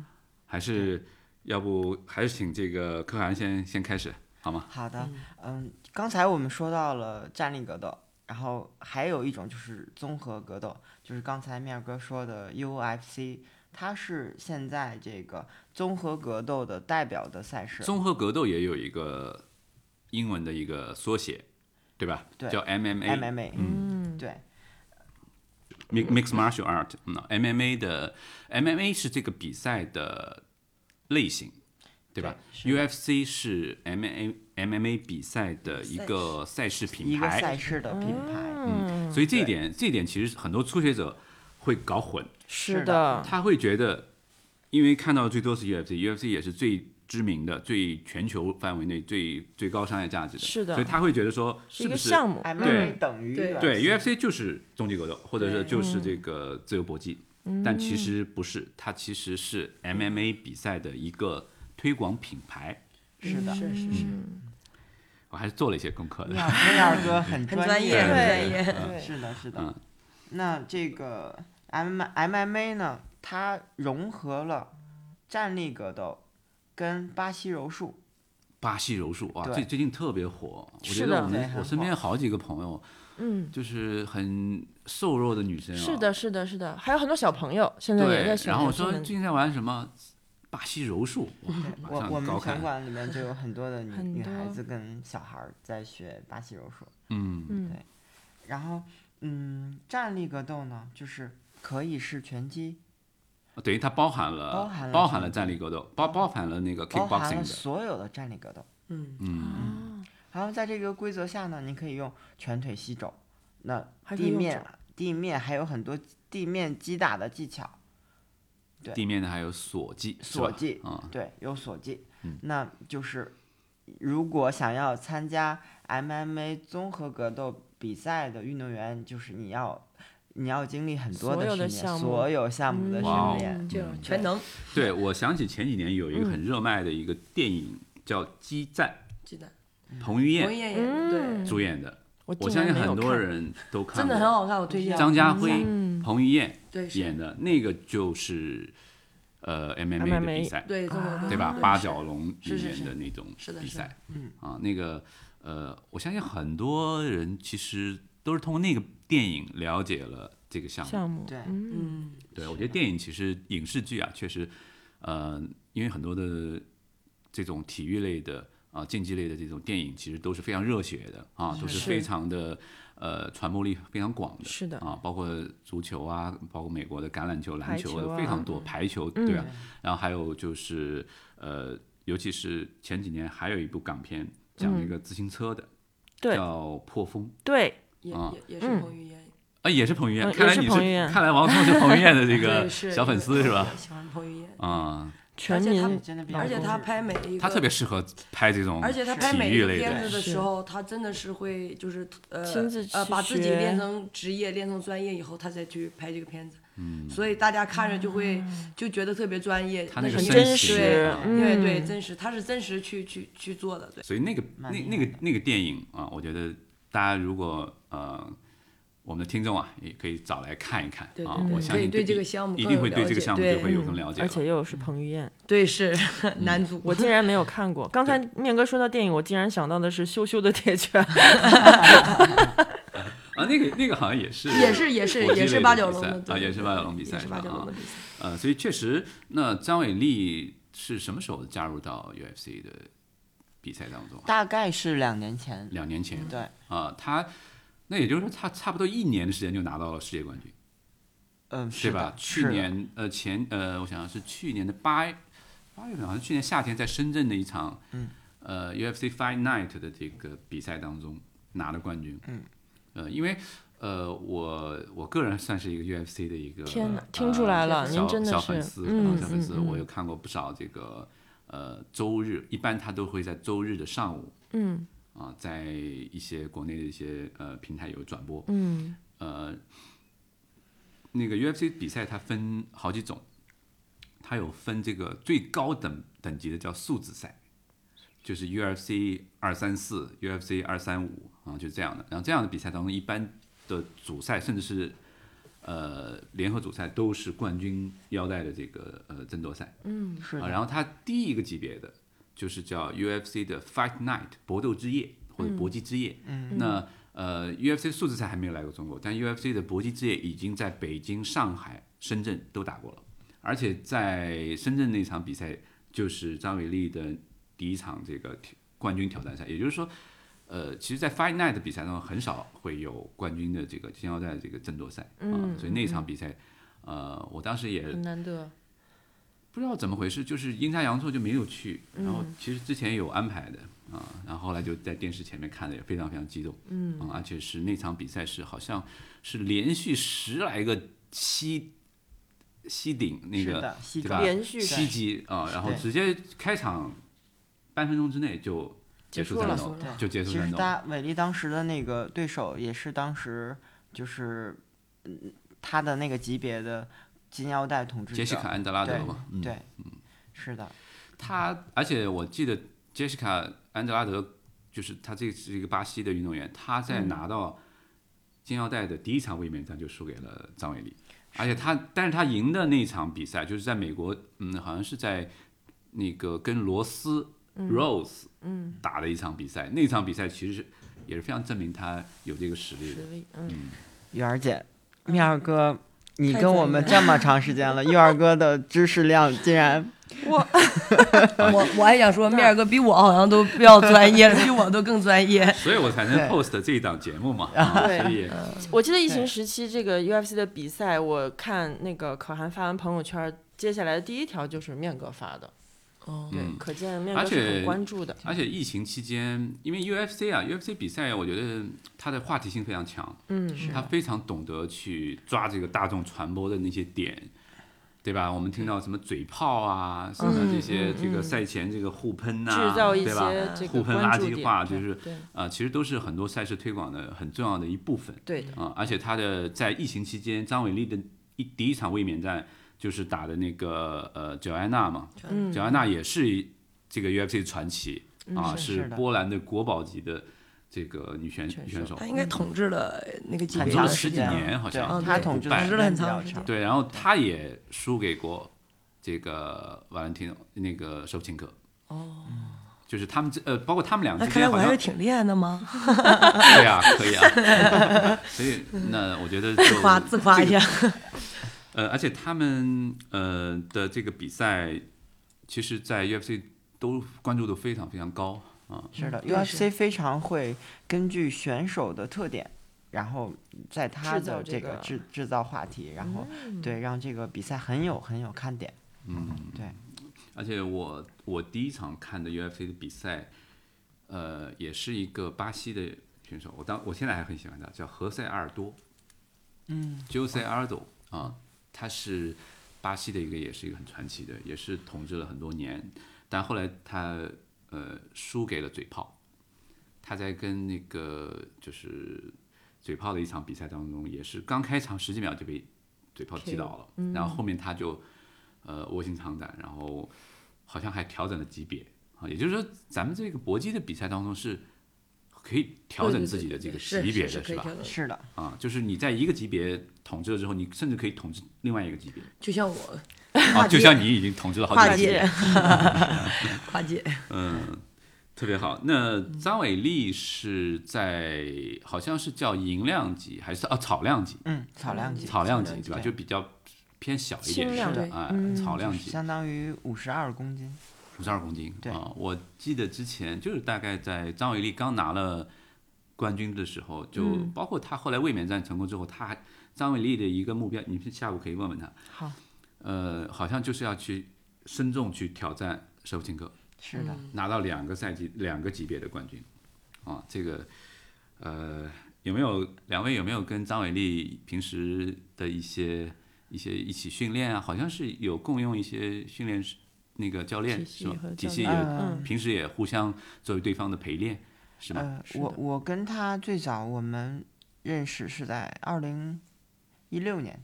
A: 还是要不还是请这个柯涵先先开始好吗？
C: 好的，嗯，刚才我们说到了站立格斗，然后还有一种就是综合格斗，就是刚才面儿哥说的 UFC，它是现在这个综合格斗的代表的赛事。
A: 综合格斗也有一个英文的一个缩写，对吧？
C: 对
A: 叫 MMA，Mixed
C: MMA，
B: 嗯，
C: 对，
A: Mixed Martial Art。嗯，MMA 的 MMA 是这个比赛的类型，对吧
C: 是的
A: ？UFC 是 MMA MMA 比赛的一个赛事
C: 一
A: 品
C: 个赛
A: 牌，
C: 事的品牌，
A: 嗯，所以这一点，这一点其实很多初学者会搞混，
B: 是
C: 是的
A: 他会觉得，因为看到的最多是 UFC，UFC 也是最知名的、最全球范围内最最高商业价值的，
B: 是的
A: 所以他会觉得说，是
B: 是一
A: 不
B: 个
A: 是
B: 项目，
A: 对
C: MMA 等于
D: 对
C: UFC
A: 对 UFC 就是终极格斗，或者是
D: 对
B: 嗯
A: 就是这个自由搏击，但其实不是，它其实是 MMA 比赛的一个推广品牌。
B: 嗯
C: 是的，
D: 是是是，
A: 我还是做了一些功课的。
C: 威尔啊哥很
D: 很专
C: 业，
D: 业，很专业。
B: 对
C: 是的，是的
A: 嗯。
C: 那这个 M MMA 呢，它融合了站立格斗跟巴西柔术，
A: 巴西柔术哇，
C: 对
A: 最最近特别火，我觉
B: 是
A: 得
B: 的
A: 我
C: 对
A: 们
C: 很
A: 我身边好几个朋友，
B: 嗯，
A: 就是很瘦弱的女生啊，
B: 是的，，是的，是的，还有很多小朋友现在也
A: 对
B: 在，选
A: 然后我
B: 这
A: 说
B: 门
A: 最近在玩什么巴西柔术，哇
C: 对，
A: 马
C: 我我
A: 上
C: 们
A: 嗯高
C: 拳
A: 看，
C: 馆里面就有很多的女
B: 很
C: 女孩
B: 多
C: 子跟小孩儿在学巴西柔术，
A: 嗯，
B: 嗯
C: 对然后嗯，站立格斗呢，就是可以是拳击，
A: 等于它包含
C: 嗯包
A: 了
C: 含了
A: 包含
C: 什
A: 了
C: 么
A: 站立格斗，包包含了那个
C: 包含
A: kickboxing
C: 了
A: 的，
C: 所有的站立格斗。
D: 嗯，
A: 嗯，
B: 啊，
C: 然后在这个规则下呢，你可以用拳腿膝肘，那
B: 还可以
C: 地
B: 用
C: 面
B: 肘
C: 地面还有很多地面击打的技巧，对
A: 地面的还有锁技，是吧
C: 锁技
A: 啊，
C: 对，有锁技。
A: 嗯
C: 那就是如果想要参加 MMA 综合格斗比赛的运动员，就是你要你要经历很多
B: 所有
C: 训
B: 的
C: 练，
B: 项目嗯
C: 所有项目的训
A: 哇哦
C: 练。
D: 这种嗯全能，
A: 对，我想起前几年有一个
C: 嗯
A: 很热卖的一个电影叫《激战
D: 记得》，
C: 嗯
A: 彭于
D: 彭于
A: 晏
D: 晏演
B: 嗯
D: 的，对，
A: 主演的，
B: 我
A: 我
B: 竟
A: 相
B: 然
A: 信
B: 没有
A: 很多
B: 看嗯
A: 人都看
D: 真
A: 过，
D: 的很好看，我推荐。
A: 张家辉、彭于晏
D: 对是
A: 演的那个就是呃 MMA 的
B: MMA
A: 比赛，
D: 嗯对中
B: 啊
D: 国
A: 对吧？八角笼里
D: 是是
A: 面
D: 是
A: 的那种
D: 是的
A: 比
D: 是
A: 赛，嗯啊，那个呃，我相信很多人其实都是通过那个电影了解了这个项目。
B: 项目，
C: 对
B: 嗯，
D: 嗯，
A: 对，我觉得电影其实影视剧啊，确实，呃，因为很多的这种体育类的啊、竞技类的这种电影，其实都是非常热血的啊，都是
B: 是
A: 非常的呃传播力非常广的。
B: 是的，
A: 啊，包括足球啊，包括美国的橄榄球、篮
B: 排
A: 球
B: 球
A: 非常
B: 啊
D: 嗯
A: 多，排球对吧、然后还有就是呃，尤其是前几年还有一部港片讲
D: 嗯
A: 那个自行车的，
B: 对
A: 叫《破风》
B: 对，
D: 也
A: 啊
D: 也也是彭于晏，
A: 啊，也是彭于晏、
B: 嗯
A: 看来
B: 也是
A: 你
B: 彭于晏
A: 看来王聪是彭于晏的这个
D: 对是
A: 小粉丝是吧？？
D: 喜欢彭于晏，
A: 啊、
B: 全
D: 且他
B: 民
C: 真的比较
D: 而且他
C: 多
D: 拍每一个，
A: 嗯他特别适合拍这种
D: 而且他拍
A: 体
D: 每
A: 育
D: 一个
A: 类
D: 片
A: 的，
D: 子的时
B: 是
D: 候，他真的是会就是呃
B: 亲自
D: 呃
B: 去
D: 把自己
B: 学
D: 练成职业、练成专业以后，他再去拍这个片子。嗯，所以大家看着就会
B: 嗯
D: 就觉得特别专业，
A: 他那个
B: 很
A: 身
B: 真
A: 形
B: 实
A: 啊，
D: 因为
B: 嗯
D: 对真实，他是真实去去去做的，对。
A: 所以那个
C: 蛮
A: 那
C: 厉
A: 那
C: 害
A: 个那个电影啊，我觉得大家如果呃我们的听众啊，也可以找来看一看
D: 对
A: 啊
D: 对，对
A: 我相
D: 可以
A: 信
D: 对这
A: 一
D: 个项目
A: 一
D: 更
A: 定
D: 有
A: 会对
D: 了
A: 这个
D: 解
A: 项目
D: 对
A: 就会有更嗯了解
B: 嗯而
A: 了。
B: 且又是彭于晏，
D: 对，是男主，
B: 我竟然没有 看过。刚才面哥说到电影，我竟然想到的是《羞羞的铁拳》，
A: 啊，那个那个好像也是
D: 也是也是
A: 国际
D: 也
A: 类
D: 是
A: 的
D: 八
A: 比
D: 角笼
A: 赛
D: 的对
A: 啊，也
D: 对
A: 是
D: 对
A: 八角笼比赛
D: 也是
A: 是
D: 八
A: 吧
D: 角笼
A: 啊
D: 的比，赛。
A: 呃，所以确实，那张伟丽是什么时候加入到 UFC 的比赛当中啊？
C: 大概是两年前，
A: 两年前
C: 对，
A: 啊，他那也就是说，他差不多一年的时间就拿到了世界冠军。
C: 嗯，
A: 对
C: 是
A: 吧
C: 的？是
A: 去
C: 的
A: 年呃前呃，我想想是去年的八八月份，好像去年夏天在深圳的一场，
C: 嗯，
A: 呃 UFC Fight Night 的这个比赛当中拿了冠军，
C: 嗯，
A: 呃，因为呃我我个人算是一个 UFC 的一个
B: 天哪
A: 呃
B: 听出来了
A: 小
B: 您真的
A: 小
B: 是
A: 粉丝，
B: 嗯
A: 啊小粉丝，
B: 嗯嗯
A: 我有看过不少这个呃周日，一般他都会在周日的上午
B: 嗯
A: 啊，在一些国内的一些呃平台有转播，
B: 嗯，
A: 呃，那个 UFC 比赛它分好几种，它有分这个最高等等级的叫素质赛，就是 UFC 二三四、UFC 二三五啊，就这样的。然后这样的比赛当中，一般的主赛甚至是呃联合主赛都是冠军腰带的这个呃争夺赛。
C: 是
A: 啊，
C: 的，
A: 然后它第一个级别的就是叫 UFC 的 Fight Night 搏斗之夜或者搏击之夜。嗯，那呃 UFC 数字赛还没有来过中国，但 UFC 的搏击之夜已经在北京、上海、深圳都打过了，而且在深圳那场比赛就是张伟丽的第一场这个挑冠军挑战赛，也就是说。呃，其实，在 Fight Night 的比赛中，很少会有冠军的这个金腰带的这个争夺赛啊、所以那场比赛，呃，我当时也
B: 很难得。
A: 不不知道怎么回事，就是阴差阳错就没有去。然后其实之前有安排的啊，然后后来就在电视前面看的也非常非常激动，嗯，而且是那场比赛是好像是连续十来个吸吸顶那
C: 是
A: 个
C: 的
A: 对
C: 西
A: 吧？
B: 连续
A: 七级啊，然后直接开场半分钟之内就结束
B: 结束
A: 战
B: 了
A: 斗
B: 结束，了
A: 就结束
C: 其
A: 战
C: 实
A: 斗。
C: 他伟力当时的那个对手也是当时就是嗯他的那个级别的金腰带统治者。
A: 杰西卡·安德拉德嘛，嗯，
C: 对，是的，
A: 他，而且我记得杰西卡·安德拉德，就是他这是一个巴西的运动员，他在拿到金腰带的第一场卫冕战就输给了张伟丽，而且他，但是他赢的那场比赛就是在美国，嗯，好像是在那个跟罗斯 Rose 嗯打的一场比赛，那场比赛其实是也是非常证明他有这个实力的
B: 实。力，嗯，
C: 玉儿姐，妙儿哥。你
D: 嗯太
C: 跟我
D: 专
C: 们
D: 业
C: 这么长时间 了，玉儿哥的知识量 竟然
D: 我我还想说，面儿哥比我好像都比较专业了，比我都更专业。
A: 所以我才能
C: 对
A: host 这一档节目嘛，啊
B: 对
A: 所以
B: 我记得疫情
C: 对
B: 时期这个 UFC 的比赛，我看那个可汗发完朋友圈，接下来的第一条就是面哥发的，
D: 哦
B: 对，
A: 嗯
B: 可见面
A: 而
B: 哥是
A: 且
B: 很关注的，
A: 而且疫情期间，因为 UFC 啊，UFC 比赛，我觉得它的话题性非常强，
B: 嗯，
A: 他非常懂得去抓这个大众传播的那些点，对吧？我们听到什么嘴炮啊，什么这些
B: 嗯
A: 这个赛前这个互喷呐、
B: 制造一
A: 对吧？
B: 些这
A: 互
B: 个
A: 喷
B: 关
A: 垃
B: 注
A: 圾
B: 点，
A: 话，就
B: 对
A: 是
B: 对
A: 啊，其实都是很多赛事推广的很重要的一部分
B: 对的，
A: 啊。而且他的在疫情期间，张伟丽的一第一场卫冕战就是打的那个呃乔安娜嘛，
B: 嗯
A: 乔安娜也是这个 UFC 传奇
D: 嗯
A: 啊，
C: 是
A: 是
C: 是的
A: 波兰的国宝级的这个女选
B: 选
A: 女选
B: 手
A: 手，
D: 他应该统治了那个级
C: 很
D: 别
A: 长
C: 长
D: 了，
A: 时
C: 时
A: 几
C: 间了，
A: 年好
C: 对
A: 像
C: 他
D: 哦对
C: 统治
A: 统
D: 治了很
C: 比较
D: 长时
C: 长
D: 间
A: 对，然后他也输给过这个瓦伦蒂诺那个手琴科。
D: 哦，
A: 就是他们这呃，包括他们两个
D: 那
A: 之
D: 看来
A: 间
D: 我
A: 好
D: 还
A: 像
D: 是挺厉害的嘛，
A: 对啊，可以 啊。所以那我觉得就
D: 夸自夸一下。
A: 呃，而且他们呃的这个比赛，其实，在 UFC 都关注度非常非常高啊。
C: 是的
D: 嗯对是
C: ，UFC 非常会根据选手的特点，然后在他
B: 制造
C: 的
B: 这
C: 这个
B: 个
C: 制制造话题，然后
D: 嗯
C: 对让这个比赛很有很有看点。嗯，对，
A: 而且我我第一场看的 UFC 的比赛，呃，也是一个巴西的选手，我当我现在还很喜欢他，叫何塞阿尔多，嗯，Jose Aldo 啊，他是巴西的一个，也是一个很传奇的，也是统治了很多年，但后来他呃输给了嘴炮，他在跟那个就是嘴炮的一场比赛当中，也是刚开场十几秒就被嘴炮击倒了，
C: 嗯
A: 然后后面他就呃卧薪尝胆，然后好像还调整了级别啊，也就是说咱们这个搏击的比赛当中是可以调整自己的这个级别的吧？
C: 是的，
A: 啊，就是你在一个级别统治了之后，你甚至可以统治另外一个级 别
D: 就像我
A: 啊，就像你已经统治了好几
D: 跨
A: 个级别
D: 界，跨界，
A: 嗯，特别好。那张伟丽是在好像是叫银量级还是啊草量级？
C: 嗯，草量级，
A: 草量级对吧？
C: 对
A: 就比较偏小一点
B: 轻
A: 是
B: 量
A: 吧
B: 对嗯
A: 啊，草量级
C: 相当于五十二公斤，
A: 五十二公斤
C: 对
A: 啊。我记得之前就是大概在张伟丽刚拿了冠军的时候，就
B: 嗯
A: 包括她后来卫冕战成功之后，她还张伟丽的一个目标，你下午可以问问她。
C: 好，
A: 呃，好像就是要去深重去挑战舍甫琴科。
C: 是的，
A: 拿到两个赛季两个级别的冠军，啊，这个呃有没有两位有没有跟张伟丽平时的一些一些一起训练啊？好像是有共用一些训练师那个教练
B: 体
A: 是
B: 系
A: 吧
B: 和？
A: 体
B: 教
A: 系
B: 练
A: 也
B: 嗯，
A: 平时也互相作为对方的陪练是吗？
C: 呃，
B: 是
C: 我
B: 的
C: 我跟他最早我们认识是在二零一六年，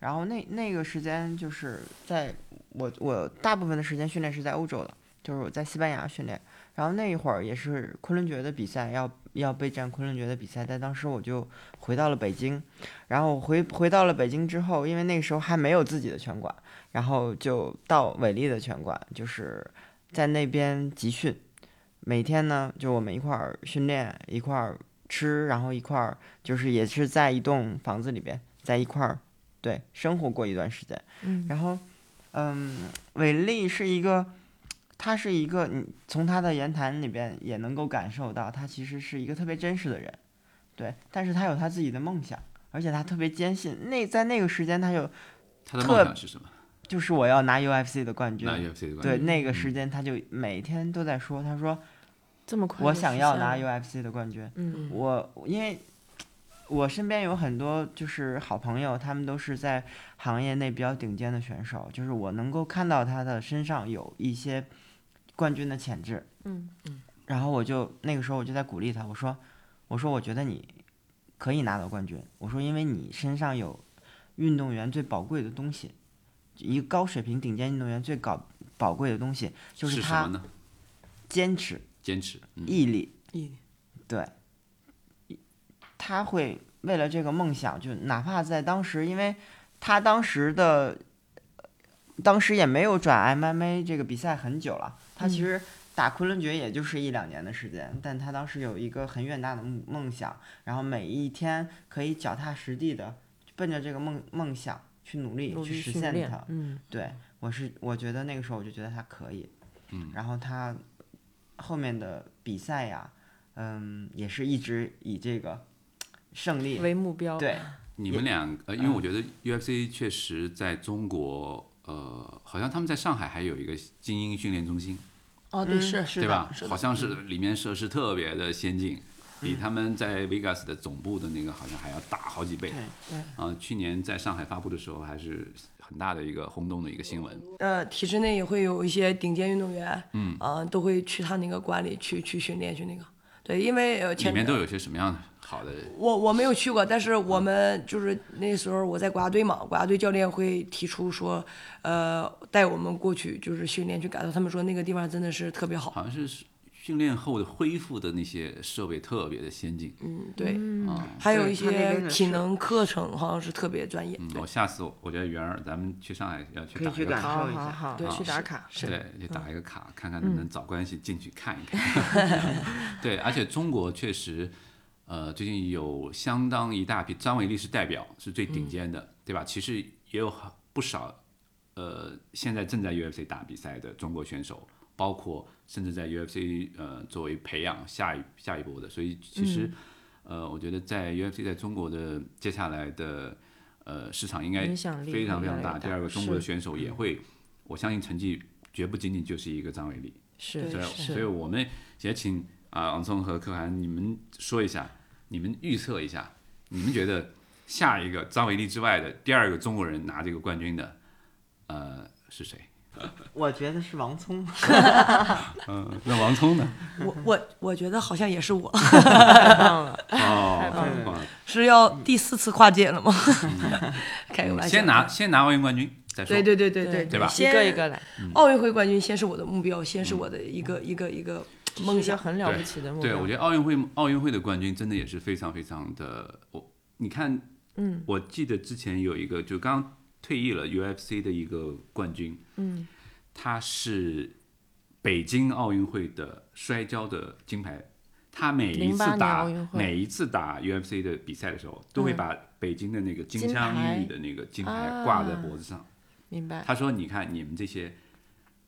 C: 然后那那个时间就是在我我大部分的时间训练是在欧洲的，就是我在西班牙训练，然后那一会儿也是昆仑决的比赛要要备战昆仑决的比赛，但当时我就回到了北京，然后回回到了北京之后，因为那个时候还没有自己的拳馆，然后就到伟力的拳馆，就是在那边集训。每天呢，就我们一块儿训练，一块儿吃，然后一块儿就是也是在一栋房子里边，在一块儿对生活过一段时间。
B: 嗯
C: 然后，嗯，伟丽是一个，他是一个，你从他的言谈里边也能够感受到，他其实是一个特别真实的人，对。但是他有他自己的梦想，而且他特别坚信，那在那个时间他有
A: 他的梦想是什么？
C: 就是我要拿 UFC 的冠军。
A: 拿 UFC 的冠军。
C: 对，那个
A: 嗯
C: 时间他就每天都在说，他说
B: 这么快？
C: 我想要拿。UFC 的冠军。
B: 嗯
C: 我因为我身边有很多就是好朋友，他们都是在行业内比较顶尖的选手，就是我能够看到他的身上有一些冠军的潜质。
B: 嗯
C: 然后我就那个时候我就在鼓励他，我说我说我觉得你可以拿到冠军，我说因为你身上有运动员最宝贵的东西，一个高水平顶尖运动员最高宝贵的东西就是
A: 是什么
C: 他
A: 呢？
C: 坚持、
A: 坚持。嗯
C: 毅力，
B: 毅力
C: 对，他会为了这个梦想，就哪怕在当时，因为他当时的当时也没有转 MMA 这个比赛很久了，他
B: 嗯
C: 其实打昆仑决也就是一两年的时间，但他当时有一个很远大的梦梦想，然后每一天可以脚踏实地的奔着这个梦梦想去努力
B: 努
C: 去
B: 力
C: 实
B: 训
C: 现
B: 练
C: 它。。
B: 嗯
C: 对，我是我觉得那个时候我就觉得他可以，
A: 嗯
C: 然后他后面的比赛呀，嗯，也是一直以这个胜利
B: 为目标。
C: 对，
A: 你们俩，呃，
C: 嗯
A: 因为我觉得 UFC 确实在中国，呃，好像他们在上海还有一个精英训练中心，
D: 哦，对，
C: 嗯
D: 是
C: 是
A: 对
C: 的嗯
A: 吧？好像是里面设施特别的先进，比他们在 Vegas 的总部的那个好像还要大好几倍
C: 对。
A: 啊，去年在上海发布的时候，还是很大的一个轰动的一个新闻。
D: 呃，体制内也会有一些顶尖运动员，嗯，啊，都会去他那个馆里去去训练去那个。对，因为呃，
A: 里
D: 前
A: 面都有些什么样好的？
D: 我我没有去过，但是我们就是那时候我在国家队嘛，国家队教练会提出说，呃，带我们过去就是训练去感受，他们说那个地方真的是特别好，
A: 好像是训练后的恢复的那些设备特别的先进。
D: 嗯，对，
A: 啊，
D: 还有
C: 对
D: 一
C: 他那边
D: 些
C: 的
D: 体
C: 是
D: 能课程好像是特别专业，
A: 嗯，
D: 对
A: 我下次我觉得圆儿，咱们去上海要去
C: 可以
A: 打
C: 去
A: 一个
C: 感
A: 卡，
B: 好
C: 受一
B: 好
C: 下。
B: 好，
D: 对
B: 去
D: 是
B: 打卡。
D: 是
A: 对，就打一个卡，看看能不能找关系进去看一看。对，而且中国确实，呃，最近有相当一大批，张伟丽是代表，是最
B: 嗯
A: 顶尖的，对吧？其实也有很不少，呃，现在正在 UFC 打比赛的中国选手，包括甚至在 UFC 呃作为培养下一下一波的，所以其实、
B: 嗯
A: 呃，我觉得在 UFC 在中国的接下来的呃市场应该
B: 影响力
A: 非常
B: 会
A: 非
B: 越
A: 常
B: 来越
A: 大。第
B: 大
A: 二个，中国的
B: 是
A: 选手也会，我相信成绩绝不仅仅就是一个张伟丽。
B: 是
A: 所以，
B: 是
A: 所以我们也请啊、王聪和柯涵，你们说一下，你们预测一下，你们觉得下一个张伟丽之外的第二个中国人拿这个冠军的，呃，是谁？
C: 我觉得是王聪，
A: 嗯、那王聪呢？
D: 我我我觉得好像也是我，
B: 太棒了。
A: 哦，
C: 棒了
A: 哇
D: 是要第四次跨界了吗？ 开个玩笑，
A: 嗯先拿先拿奥运冠军再说。
D: 对对对对对
A: 对吧
B: 一
D: 先
B: 个一个来，
D: 奥运会冠军先是我的目标，先是我的一个一个一个梦
B: 梦想
D: 想。
B: 很哦了不起的目
A: 对，
B: 标。
A: 我觉得奥运会奥运会的冠军真的也是非常非常的，我你看，嗯，我记得之前有一个就刚刚退役了 UFC 的一个冠军，嗯，他是北京奥运会的摔跤的金牌，他每一
B: 08
A: 次
B: 年
A: 打
B: 奥运会
A: 每一次打 UFC 的比赛的时候，都会把北京的那个金
B: 金
A: 枪
B: 牌
A: 玉的那个金牌
B: 啊
A: 挂在脖子上。
B: 明白，
A: 他说：“你看你们这些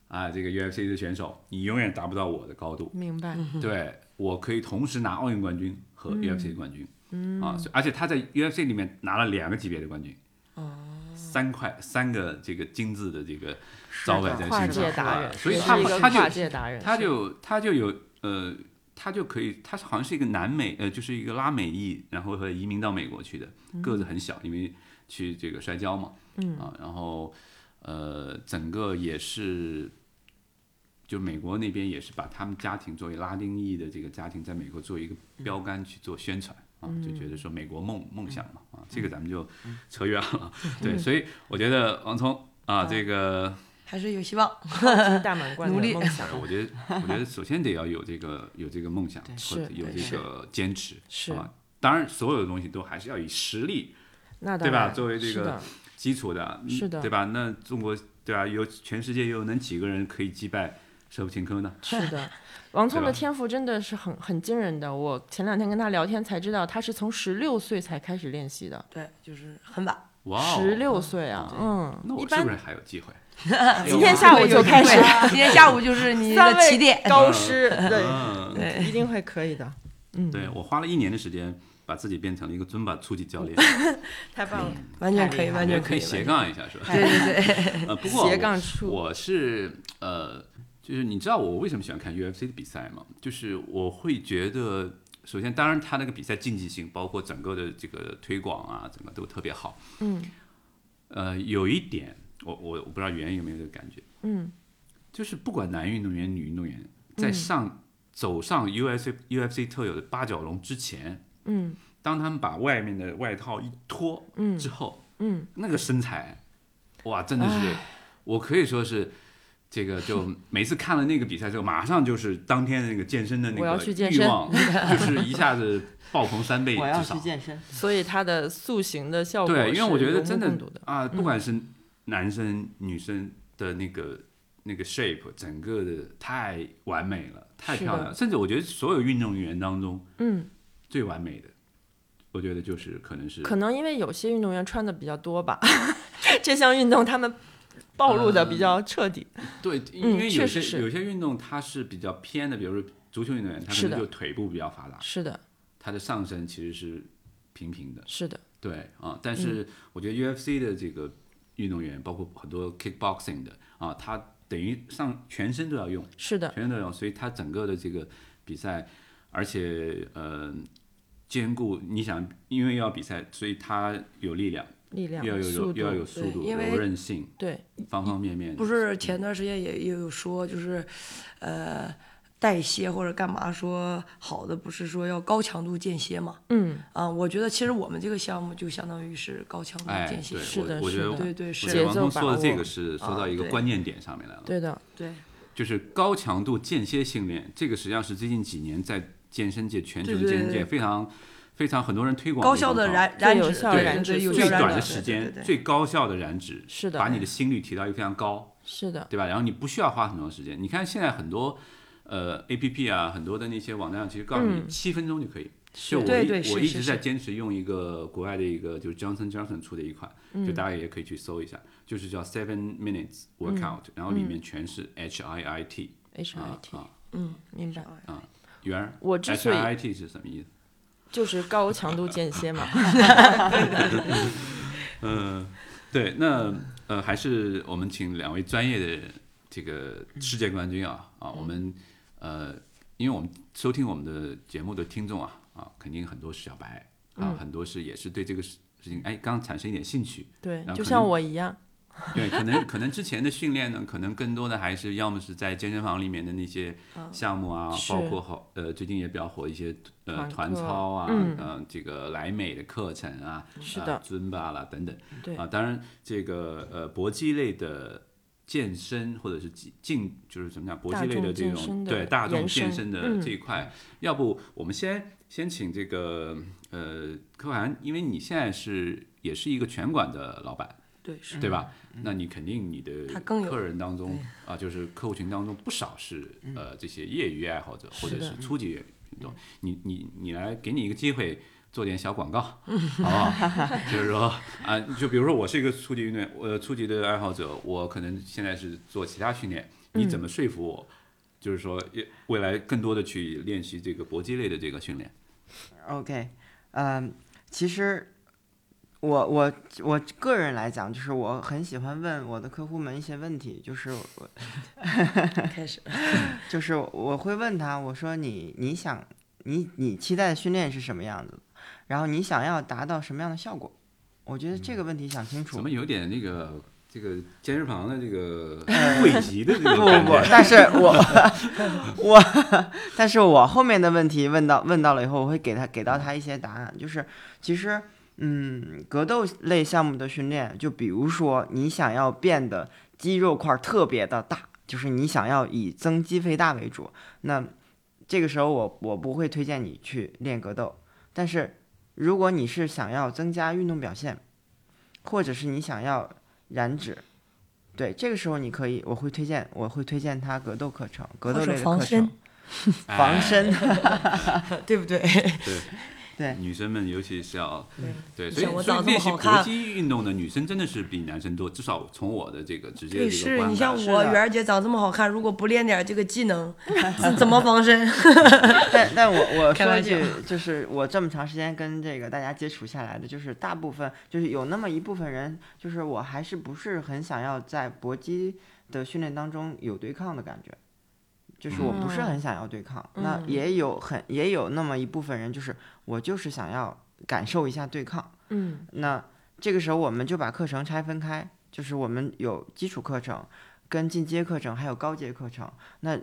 A: 啊，这个 UFC 的选手，你永远达不到我的高度。”
B: 明白，
A: 对我可以同时拿奥运冠军和 UFC 冠军，嗯啊，所以而且他在 UFC 里面拿了两个级别的冠军，哦，三块三个这个金字的这个招牌在
B: 跨
A: 身
B: 界
A: 上，
B: 达人，
A: 啊所以
B: 是
A: 他
B: 一个
A: 他
B: 跨
A: 就
B: 界达人，
A: 他
B: 是
A: 就他就有呃，他就可以，他是好像是一个南美呃，就是一个拉美裔，然后和移民到美国去的，个子很小，因为去这个摔跤嘛，嗯啊，然后呃，整个也是。就美国那边也是把他们家庭作为拉丁裔的这个家庭，在美国做一个标杆去做宣传、啊，就觉得说美国梦梦想嘛啊，这个咱们就扯远了。对，所以我觉得王聪啊，这个
D: 还是有希望。
B: 大满贯
D: 努
B: 的
D: 力
B: 梦想
A: 对，我觉得，我觉得首先得要有这个有这个梦想，或者
B: 是
A: 有
B: 对
A: 这个坚持，
B: 是
A: 啊。当然，所有的东西都还是要以实力
B: 那
A: 对
B: 当
A: 吧
B: 然
A: 作为这
B: 是
A: 个
B: 的
A: 基础的，嗯
B: 是的
A: 对吧？那中国对吧？有全世界又有能几个人可以击败舍甫琴科呢？
B: 是的，王聪
A: 对
B: 的
A: 吧
B: 天赋真的是很很惊人的。我前两天跟他聊天才知道，他是从十六岁才开始练习的，
D: 对，就是很晚。
A: 哇哦，
B: 十六岁啊，嗯，
A: 那
B: 一
A: 我是
B: 般
A: 不是还有机会？
B: 今天下午就开始，
D: 今天下午就是你的
B: 三位
D: 起点。
B: 高师，对，
A: 嗯，
B: 一定会可以的。
A: 对我花了一年的时间把自己变成了一个尊巴初级 教练，
B: 太棒了，
A: 嗯
D: 完全可以，
C: 太厉害
D: 完全
A: 哎可
D: 以，
A: 以斜杠一下是吧？
D: 完全可以。对对 对，
A: 呃，不过
B: 斜杠
A: 我
B: 处，
A: 我是呃，就是你知道我为什么喜欢看 UFC 的比赛吗？就是我会觉得，首先，当然它那个比赛竞技性，包括整个的这个推广啊，整个都特别好。
B: 嗯
A: 呃，有一点，我我我不知道袁有没有这个感觉，
B: 嗯，
A: 就是不管男运动员、女运动员，在上、
B: 嗯
A: 走上 UFC UFC 特有的八角笼之前，
B: 嗯
A: 当他们把外面的外套一脱
B: 嗯
A: 之后，
B: 嗯，
A: 那个身材，哇，真的是，我可以说是。这个就每次看了那个比赛之后，马上就是当天的那个健身的那
B: 我要
A: 个
B: 去健
A: 欲
B: 身
A: 望， 就是一下子爆棚三 倍
C: 我要
A: 至
C: 去
A: 少。
C: 健身，
B: 所以它的塑形的效果
A: 对，因为我
B: 是
A: 觉得
B: 有目
A: 真
B: 共睹的，嗯
A: 啊，不管是男生女生的那个那个 shape，整个的太完美了，太
B: 是
A: 漂
B: 的
A: 亮了，甚至我觉得所有运动员当中
B: 嗯，
A: 最完美的，我觉得就是可能是
B: 可能因为有些运动员穿的比较多吧， 这项运动他们暴露
A: 嗯
B: 的比较彻底，
A: 对，
B: 嗯
A: 因为有
B: 确
A: 些、
B: 实是
A: 有些运动它是比较偏的，比如说足球运动员，他
B: 是
A: 可
B: 的
A: 能就腿部比较发达，
B: 是的，
A: 他的上身其实是平平的，
B: 是的，
A: 对啊，
B: 嗯
A: 但是我觉得 UFC 的这个运动员，包括很多 kickboxing 的啊，他等于上全身都要用。
B: 是的，
A: 全身都有，所以它整个的这个比赛，而且呃，兼顾你想，因为要比赛，所以它有力量，
B: 力
A: 又
B: 量、
A: 要有
B: 速
A: 柔
B: 度，
A: 又要有速
D: 对
A: 度、
D: 因为
A: 柔韧性，
B: 对，
A: 方方面面。
D: 不是前段时间也也有说，就是，呃，代谢或者干嘛说好的，不是说要高强度间歇嘛？
B: 嗯，
D: 啊，我觉得其实我们这个项目就相当于是高强度
A: 哎，
D: 间歇
A: 对，，
B: 啊是的
A: 我我觉
B: 是
A: 得
B: 的
D: 对对
A: 我
D: 是
A: 觉，得王
B: 节奏
A: 彤
B: 把
A: 说的这
B: 握
A: 个是说到
D: 啊
A: 一个
D: 对
A: 关键点上面来了，
B: 对的，
D: 对
A: 就是高强度间歇训练，这个实际上是最近几年在健身界、全球的
D: 对对
A: 健身
D: 对
A: 界非常非常很多人推广
D: 高
A: 一
D: 效
A: 种
D: 的
A: 方
D: 燃
B: 最
D: 燃
B: 有
D: 脂，
B: 效
D: 对
A: 燃
D: 对
B: 脂
D: 对
B: 速
D: 有
B: 度
A: 最
D: 效
B: 燃
A: 短
B: 脂
A: 的
D: 对
A: 时
D: 对
A: 间、
D: 对对
A: 最高效的燃脂，
B: 是的
A: 把你的心率提到一个非常高。
B: 是的，
A: 对吧？然后你不需要花很多时间。你看现在很多呃 A P P 啊，很多的那些网站其实告诉你
B: 嗯
A: 七分钟就可以。就我一啊
D: 对对是
A: 我一
D: 是
A: 直在
D: 是
A: 坚持用一个国外的一个就是 Johnson Johnson 出的一款，
B: 嗯
A: 就大家也可以去搜一下，就是叫 Seven Minutes Workout，然后里面全是 H I I T
B: 嗯 H
A: 啊
B: I T，
A: 啊，
B: 嗯，明白。
A: 圆儿
B: 我之
A: ，H
B: 所以
A: I I T 是什么意思？
B: 就是高强度间 歇嘛，
A: 嗯，对，那呃，还是我们请两位专业的这个世界冠军啊啊，我们呃，因为我们收听我们的节目的听众啊啊，肯定很多是小白
B: 嗯
A: 啊，很多是也是对这个事事情哎刚产生一点兴趣，
B: 对
A: 然，后
B: 就
A: 可
B: 像
A: 能
B: 我一样，
A: 对，可能可能之前的训练呢，可能更多的还是要么是在健身房里面的那些项目啊，
B: 嗯是
A: 包括好呃最近也比较火的一些呃
B: 团
A: 团
B: 课
A: 操啊，
B: 嗯
A: 呃这个莱美的课程啊，
B: 是
A: 啊
B: 的
A: 尊巴啦等等，
B: 对
A: 啊，当然这个呃搏击类的。健身或者是竞竞就是怎么讲，搏
B: 大
A: 击类
B: 众
A: 的这
B: 健
A: 种
B: 身的
A: 对大众
B: 延
A: 健身
B: 伸
A: 的
B: 嗯
A: 这一块，要不我们先先请这个呃柯涵，因为你现在是也是一个拳馆的老板，
D: 对是。
A: 对吧？那你肯定你的
D: 他嗯更有
A: 客人当中啊，就是客户群当中不少是呃这些业余爱好者或者
B: 是
A: 是
B: 的
A: 初级运动。你你你来给你一个机会做点小广告，好不好？就是说啊，就比如说我是一个初级运动员，呃，初级的爱好者，我可能现在是做其他训练，你怎么说服我？就是说，也未来更多的去练习这个搏击类的这个训练。
C: OK，嗯，其实我我我个人来讲，就是我很喜欢问我的客户们一些问题，就是我
A: 嗯
D: 开始，
C: 就是我会问他，我说你你想你你期待的训练是什么样子的，然后你想要达到什么样的效果？我觉得这个问题想清楚
A: 怎么。有点那个这个健身房的这个
C: 呃
A: 汇集的这
C: 不
A: 个
C: 不
A: 感
C: 不
A: 觉？，
C: 但是我我，但是我后面的问题问到问到了以后，我会给他给到他一些答案，就是其实嗯，格斗类项目的训练，就比如说你想要变得肌肉块儿特别的大，就是你想要以增肌肥大为主，那这个时候我我不会推荐你去练格斗，但是如果你是想要增加运动表现，或者是你想要燃脂。对，这个时候你可以，我会推荐，我会推荐他格斗课程，格
D: 或
C: 斗
D: 者
C: 类的
D: 防
C: 课
D: 身
C: 程，防
A: 哎
C: 身，
D: 对不对？
C: 对
A: 女生们尤其是要对，所
D: 像我
A: 以所以
D: 长这么
A: 练习搏
D: 好看
A: 击运动的女生真的是比男生多，至少从我的这个直接
D: 对，
A: 的这个
D: 是
A: 观
D: 你
A: 感
D: 像
C: 是
D: 我
C: 的
D: 媛儿姐长这么好看，如果不练点儿这个技能， 是怎么防身？
C: 但但我我
D: 开
C: 说一
D: 玩
C: 句
D: 笑，
C: 就是我这么长时间跟这个大家接触下来的，就是大部分就是有那么一部分人，就是我还是不是很想要在搏击的训练当中有对抗的感觉，就是我不
D: 嗯
C: 是很想要对抗。那也有很也有那么一部分人，就是我就是想要感受一下对抗。
B: 嗯
C: 那这个时候我们就把课程拆分开，就是我们有基础课程、跟进阶课程，还有高阶课程。那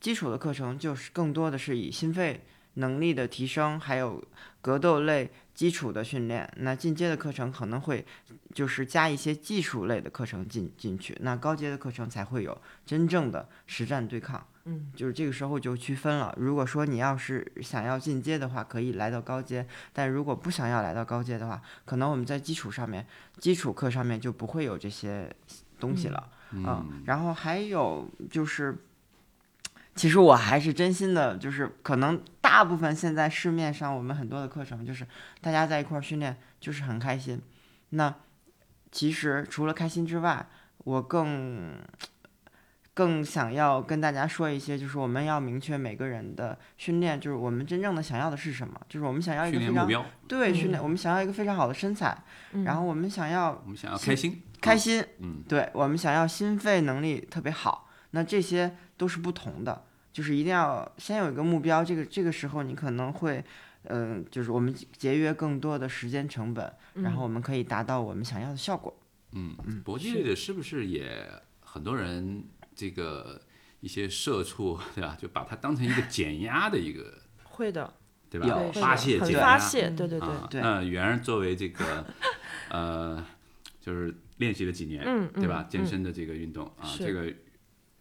C: 基础的课程就是更多的是以心肺能力的提升，还有格斗类基础的训练。那进阶的课程可能会就是加一些技术类的课程进进去，那高阶的课程才会有真正的实战对抗。
B: 嗯，
C: 就是这个时候就区分了。如果说你要是想要进阶的话，可以来到高阶；但如果不想要来到高阶的话，可能我们在基础上面、基础课上面就不会有这些东西了。嗯，然后还有就是，其实我还是真心的，就是可能大部分现在市面上我们很多的课程，就是大家在一块儿训练，就是很开心。那其实除了开心之外，我更更想要跟大家说一些，就是我们要明确每个人的训练，就是我们真正的想要的是什么，就是我们想要一个
A: 训
C: 非
A: 练目
C: 常
A: 标，
C: 对训练，我们想要一个非常好的身材，
B: 嗯
C: 然后我们想要
A: 我们想要开心，
C: 开心，
A: 嗯，
C: 对我们想要心肺能力特别好，那这些都是不同的，就是一定要先有一个目标，这个这个时候你可能会，嗯、就是我们节约更多的时间成本，然后我们可以达到我们想要的效果。
A: 嗯，搏击类的是不是也很多人这个一些社畜对吧，就把它当成一个减压的一个
B: 会的，
A: 对吧
C: 有？
A: 发泄
B: 很
A: 减压，
B: 发泄，对对对，
A: 啊，
C: 对
A: 那圆儿作为这个呃，就是练习了几年，
B: 嗯
A: 对吧？
B: 嗯
A: 健身的这个运动啊，
B: 是
A: 这个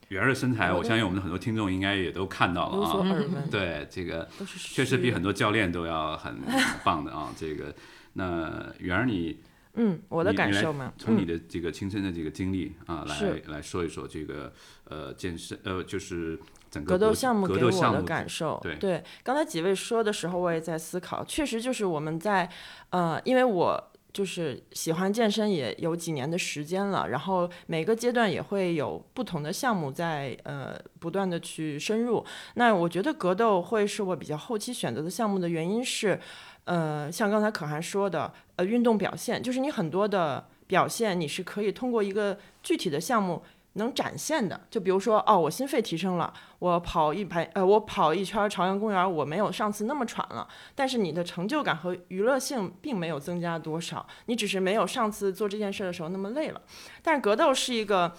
A: 圆儿的身材，
B: 我
A: 我
B: 都
A: 相信我们的很多听众应该也都看到
B: 有
A: 了
B: 所
A: 啊。
B: 耳 闻，
A: 对，这个
B: 都是
A: 确实比很
B: 多。
A: 多教练都要很棒的啊。这个，那圆儿你
B: 嗯，我的
A: 你
B: 感
A: 你来
B: 受嘛，
A: 从你
B: 嗯
A: 的这个亲身的这个经历啊，来
B: 是
A: 来说一说这个呃健身呃就是整个
B: 格斗
A: 国
B: 项目
A: 格
B: 给
A: 斗
B: 我
A: 项
B: 的
A: 目
B: 感受，
A: 对
B: 刚才几位说的时候，我也在思考，确实就是我们在，呃，因为我就是喜欢健身也有几年的时间了，然后每个阶段也会有不同的项目在呃不断的去深入。那我觉得格斗会是我比较后期选择的项目的原因是，呃，像刚才可汗说的，呃，运动表现就是你很多的表现，你是可以通过一个具体的项目能展现的。就比如说，哦，我心肺提升了，我跑一排，呃，我跑一圈朝阳公园，我没有上次那么喘了，但是你的成就感和娱乐性并没有增加多少，你只是没有上次做这件事的时候那么累了。但是格斗是一个。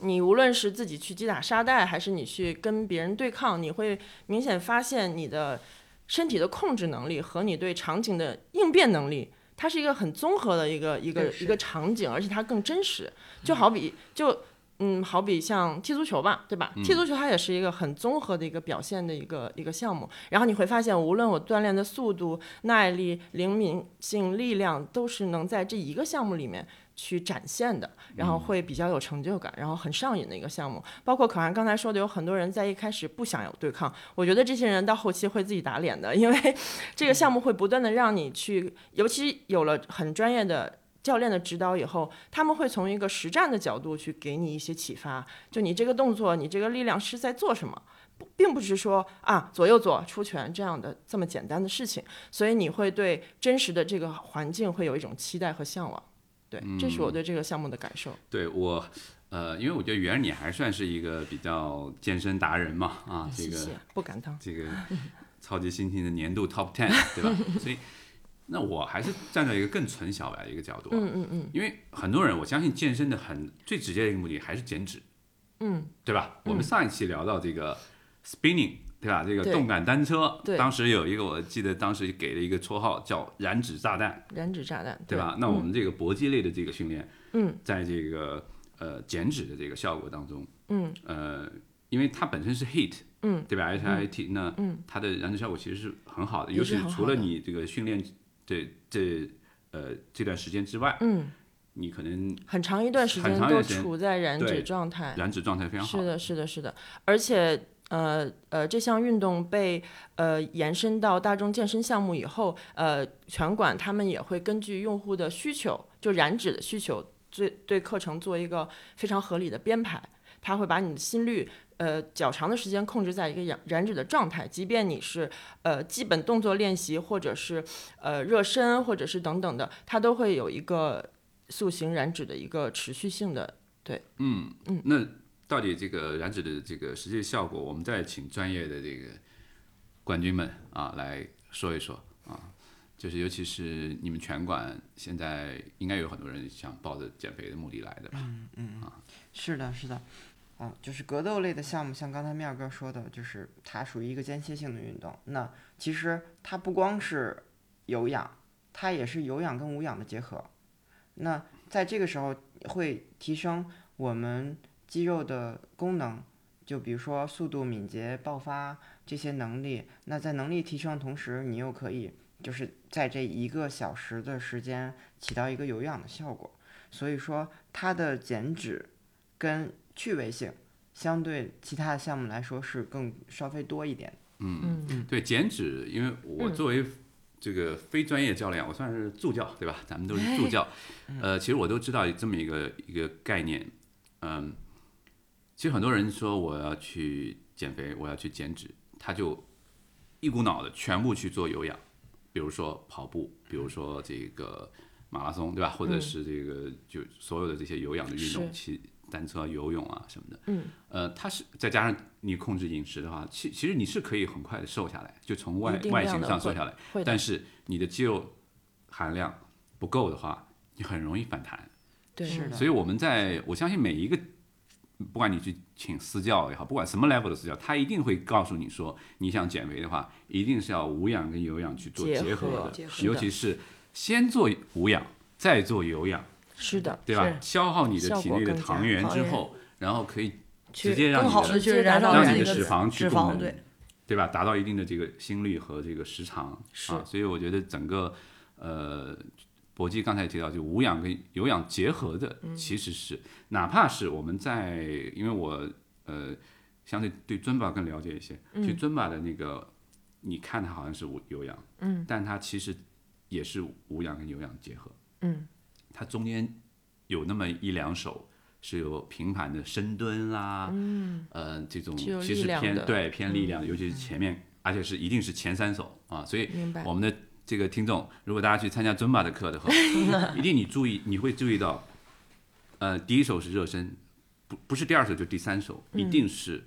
B: 你无论是自己去击打沙袋，还是你去跟别人对抗，你会明显发现你的身体的控制能力和你对场景的应变能力，它是一个很综合的一个一个
D: 对是
B: 一个场景，而且它更真实。就好比就嗯，好比像踢足球吧，对吧？踢足球它也是一个很综合的一个表现的一个一个项目。然后你会发现，无论我锻炼的速度、耐力、灵敏性、力量，都是能在这一个项目里面。去展现的，然后会比较有成就感，然后很上瘾的一个项目。包括可汗刚才说的，有很多人在一开始不想有对抗，我觉得这些人到后期会自己打脸的，因为 这个项目会不断的让你去，尤其有了很专业的。教练的指导以后，他们会从一个实战的角度去给你一些启发。就你这个动作，你这个力量是在做什么，不并不是说啊左右左出拳这样的这么简单的事情。所以你会对真实的这个环境会有一种期待和向往。对，
A: 嗯
B: 这是我对这个项目的感受。
A: 对我，呃，因为我觉得圆儿你还算是一个比较健身达人嘛，啊，这
B: 谢
A: 个
B: 谢，不敢当。
A: 这个超级新星的年度 Top Ten，对吧？ 所以，那我还是站在一个更纯小白的一个角度，嗯嗯嗯，因为很多人我相信健身的很最直接的一个目的还是减脂，嗯，对吧？我们上一期聊到这个 spinning。对吧？这个
B: 对
A: 动感单车，
B: 对
A: 当时有一个，我记得当时给了一个绰号叫“燃脂炸弹”，
B: 燃脂炸弹，
A: 对吧？那我们这个搏击类的这个训练，
B: 嗯，
A: 在这个呃减脂的这个效果当中，
B: 嗯，
A: 呃，因为它本身是 HIT，
B: 嗯，
A: 对吧？H I T，那
B: 嗯
A: 它的燃脂效果其实是很好的，
B: 也
A: 尤
B: 是
A: 其
B: 很
A: 除
B: 好
A: 了
B: 的
A: 你这个训练这这呃这段时间之外，
B: 嗯，
A: 你可能
B: 很长一段时
A: 很
B: 间
A: 长一
B: 都
A: 段时间
B: 处在燃
A: 对
B: 脂状态。
A: 燃脂状态非常好
B: 是，的，是的，是的，而且呃呃，这项运动被呃延伸到大众健身项目以后，呃，拳馆他们也会根据用户的需求，就燃脂的需求，对对课程做一个非常合理的编排。它会把你的心率，呃，较长的时间控制在一个燃燃脂的状态，即便你是呃基本动作练习，或者是呃热身，或者是等等的，它都会有一个塑形燃脂的一个持续性的
A: 嗯嗯，那到底这个燃脂的这个实际效果，我们再请专业的这个冠军们啊来说一说啊，就是尤其是你们拳馆现在应该有很多人想抱着减肥的目的来的吧？
C: 是的，是的，啊，就是格斗类的项目，像刚才妙哥说的，就是它属于一个间歇性的运动。那其实它不光是有氧，它也是有氧跟无氧的结合。那在这个时候会提升我们肌肉的功能，就比如说速度、敏捷、爆发这些能力。那在能力提升的同时，你又可以就是在这一个小时的时间起到一个有氧的效果。所以说，它的减脂跟趣味性相对其他的项目来说是更稍微多一点。
A: 对减脂，因为我作为这个非专业教练，我算是助教，对吧？咱们都是助教，呃，其实我都知道这么一个一个概念，嗯，其实很多人说我要去减肥，我要去减脂，他就一股脑的全部去做有氧，比如说跑步，比如说这个马拉松，对吧？或者是这个就所有的这些有氧的运动，
B: 是
A: 骑单车、游泳啊什么的，嗯，呃，它是再加上你控制饮食的话，其其实你是可以很快的瘦下来，就从外
B: 一定
A: 外
B: 量
A: 形
B: 的
A: 上瘦
B: 会
A: 下来，
B: 会的
A: 但是你的肌肉含量不够的话，你很容易反弹。
B: 对
C: 是的
A: 所以我们在我相信每一个，不管你去请私教也好，不管什么 level 的私教，他一定会告诉你说，你想减肥的话，一定是要无氧跟有氧去做
B: 结
A: 结
B: 合
A: 合
D: 结合
A: 尤
B: 的
A: 其是先做无氧，再做有氧，
B: 是的，
A: 对吧？消耗你的
B: 效
A: 体
B: 果
A: 内的
B: 更
A: 糖
B: 加
A: 原
D: 好
A: 之
D: 一点
A: 后，然后可以
D: 去
A: 直接让
D: 更
A: 你
D: 好的
A: 的
D: 去燃烧
B: 让
D: 自
A: 你
D: 己
A: 的
D: 的
A: 脂肪去
D: 脂
A: 供
D: 肪，
A: 能
D: 对，
A: 对吧？达到一定的这个心率和这个时长
B: 是
A: 啊，所以我觉得整个呃，搏击刚才也提到，就无氧跟有氧结合的，
D: 嗯
A: 其实是、哪怕是我们在，因为我呃相对对尊巴更了解一些，
D: 嗯
A: 其实尊巴的那个你看它好像是无有氧，嗯，但它其实也是无氧跟有氧结合，
B: 嗯，
A: 它中间有那么一两首。是有平盘的深蹲啦，嗯，呃，这种
B: 具有
A: 其
B: 力
A: 实
B: 量
A: 偏
B: 的嗯
A: 对偏力量，尤其是前面，而且是一定是前三首啊，所以
B: 明白
A: 我们的这个听众，如果大家去参加尊巴的课的 话，一定你注意，你会注意到，呃，第一首是热身，不不是第二首就第三首，
B: 嗯
A: 一定是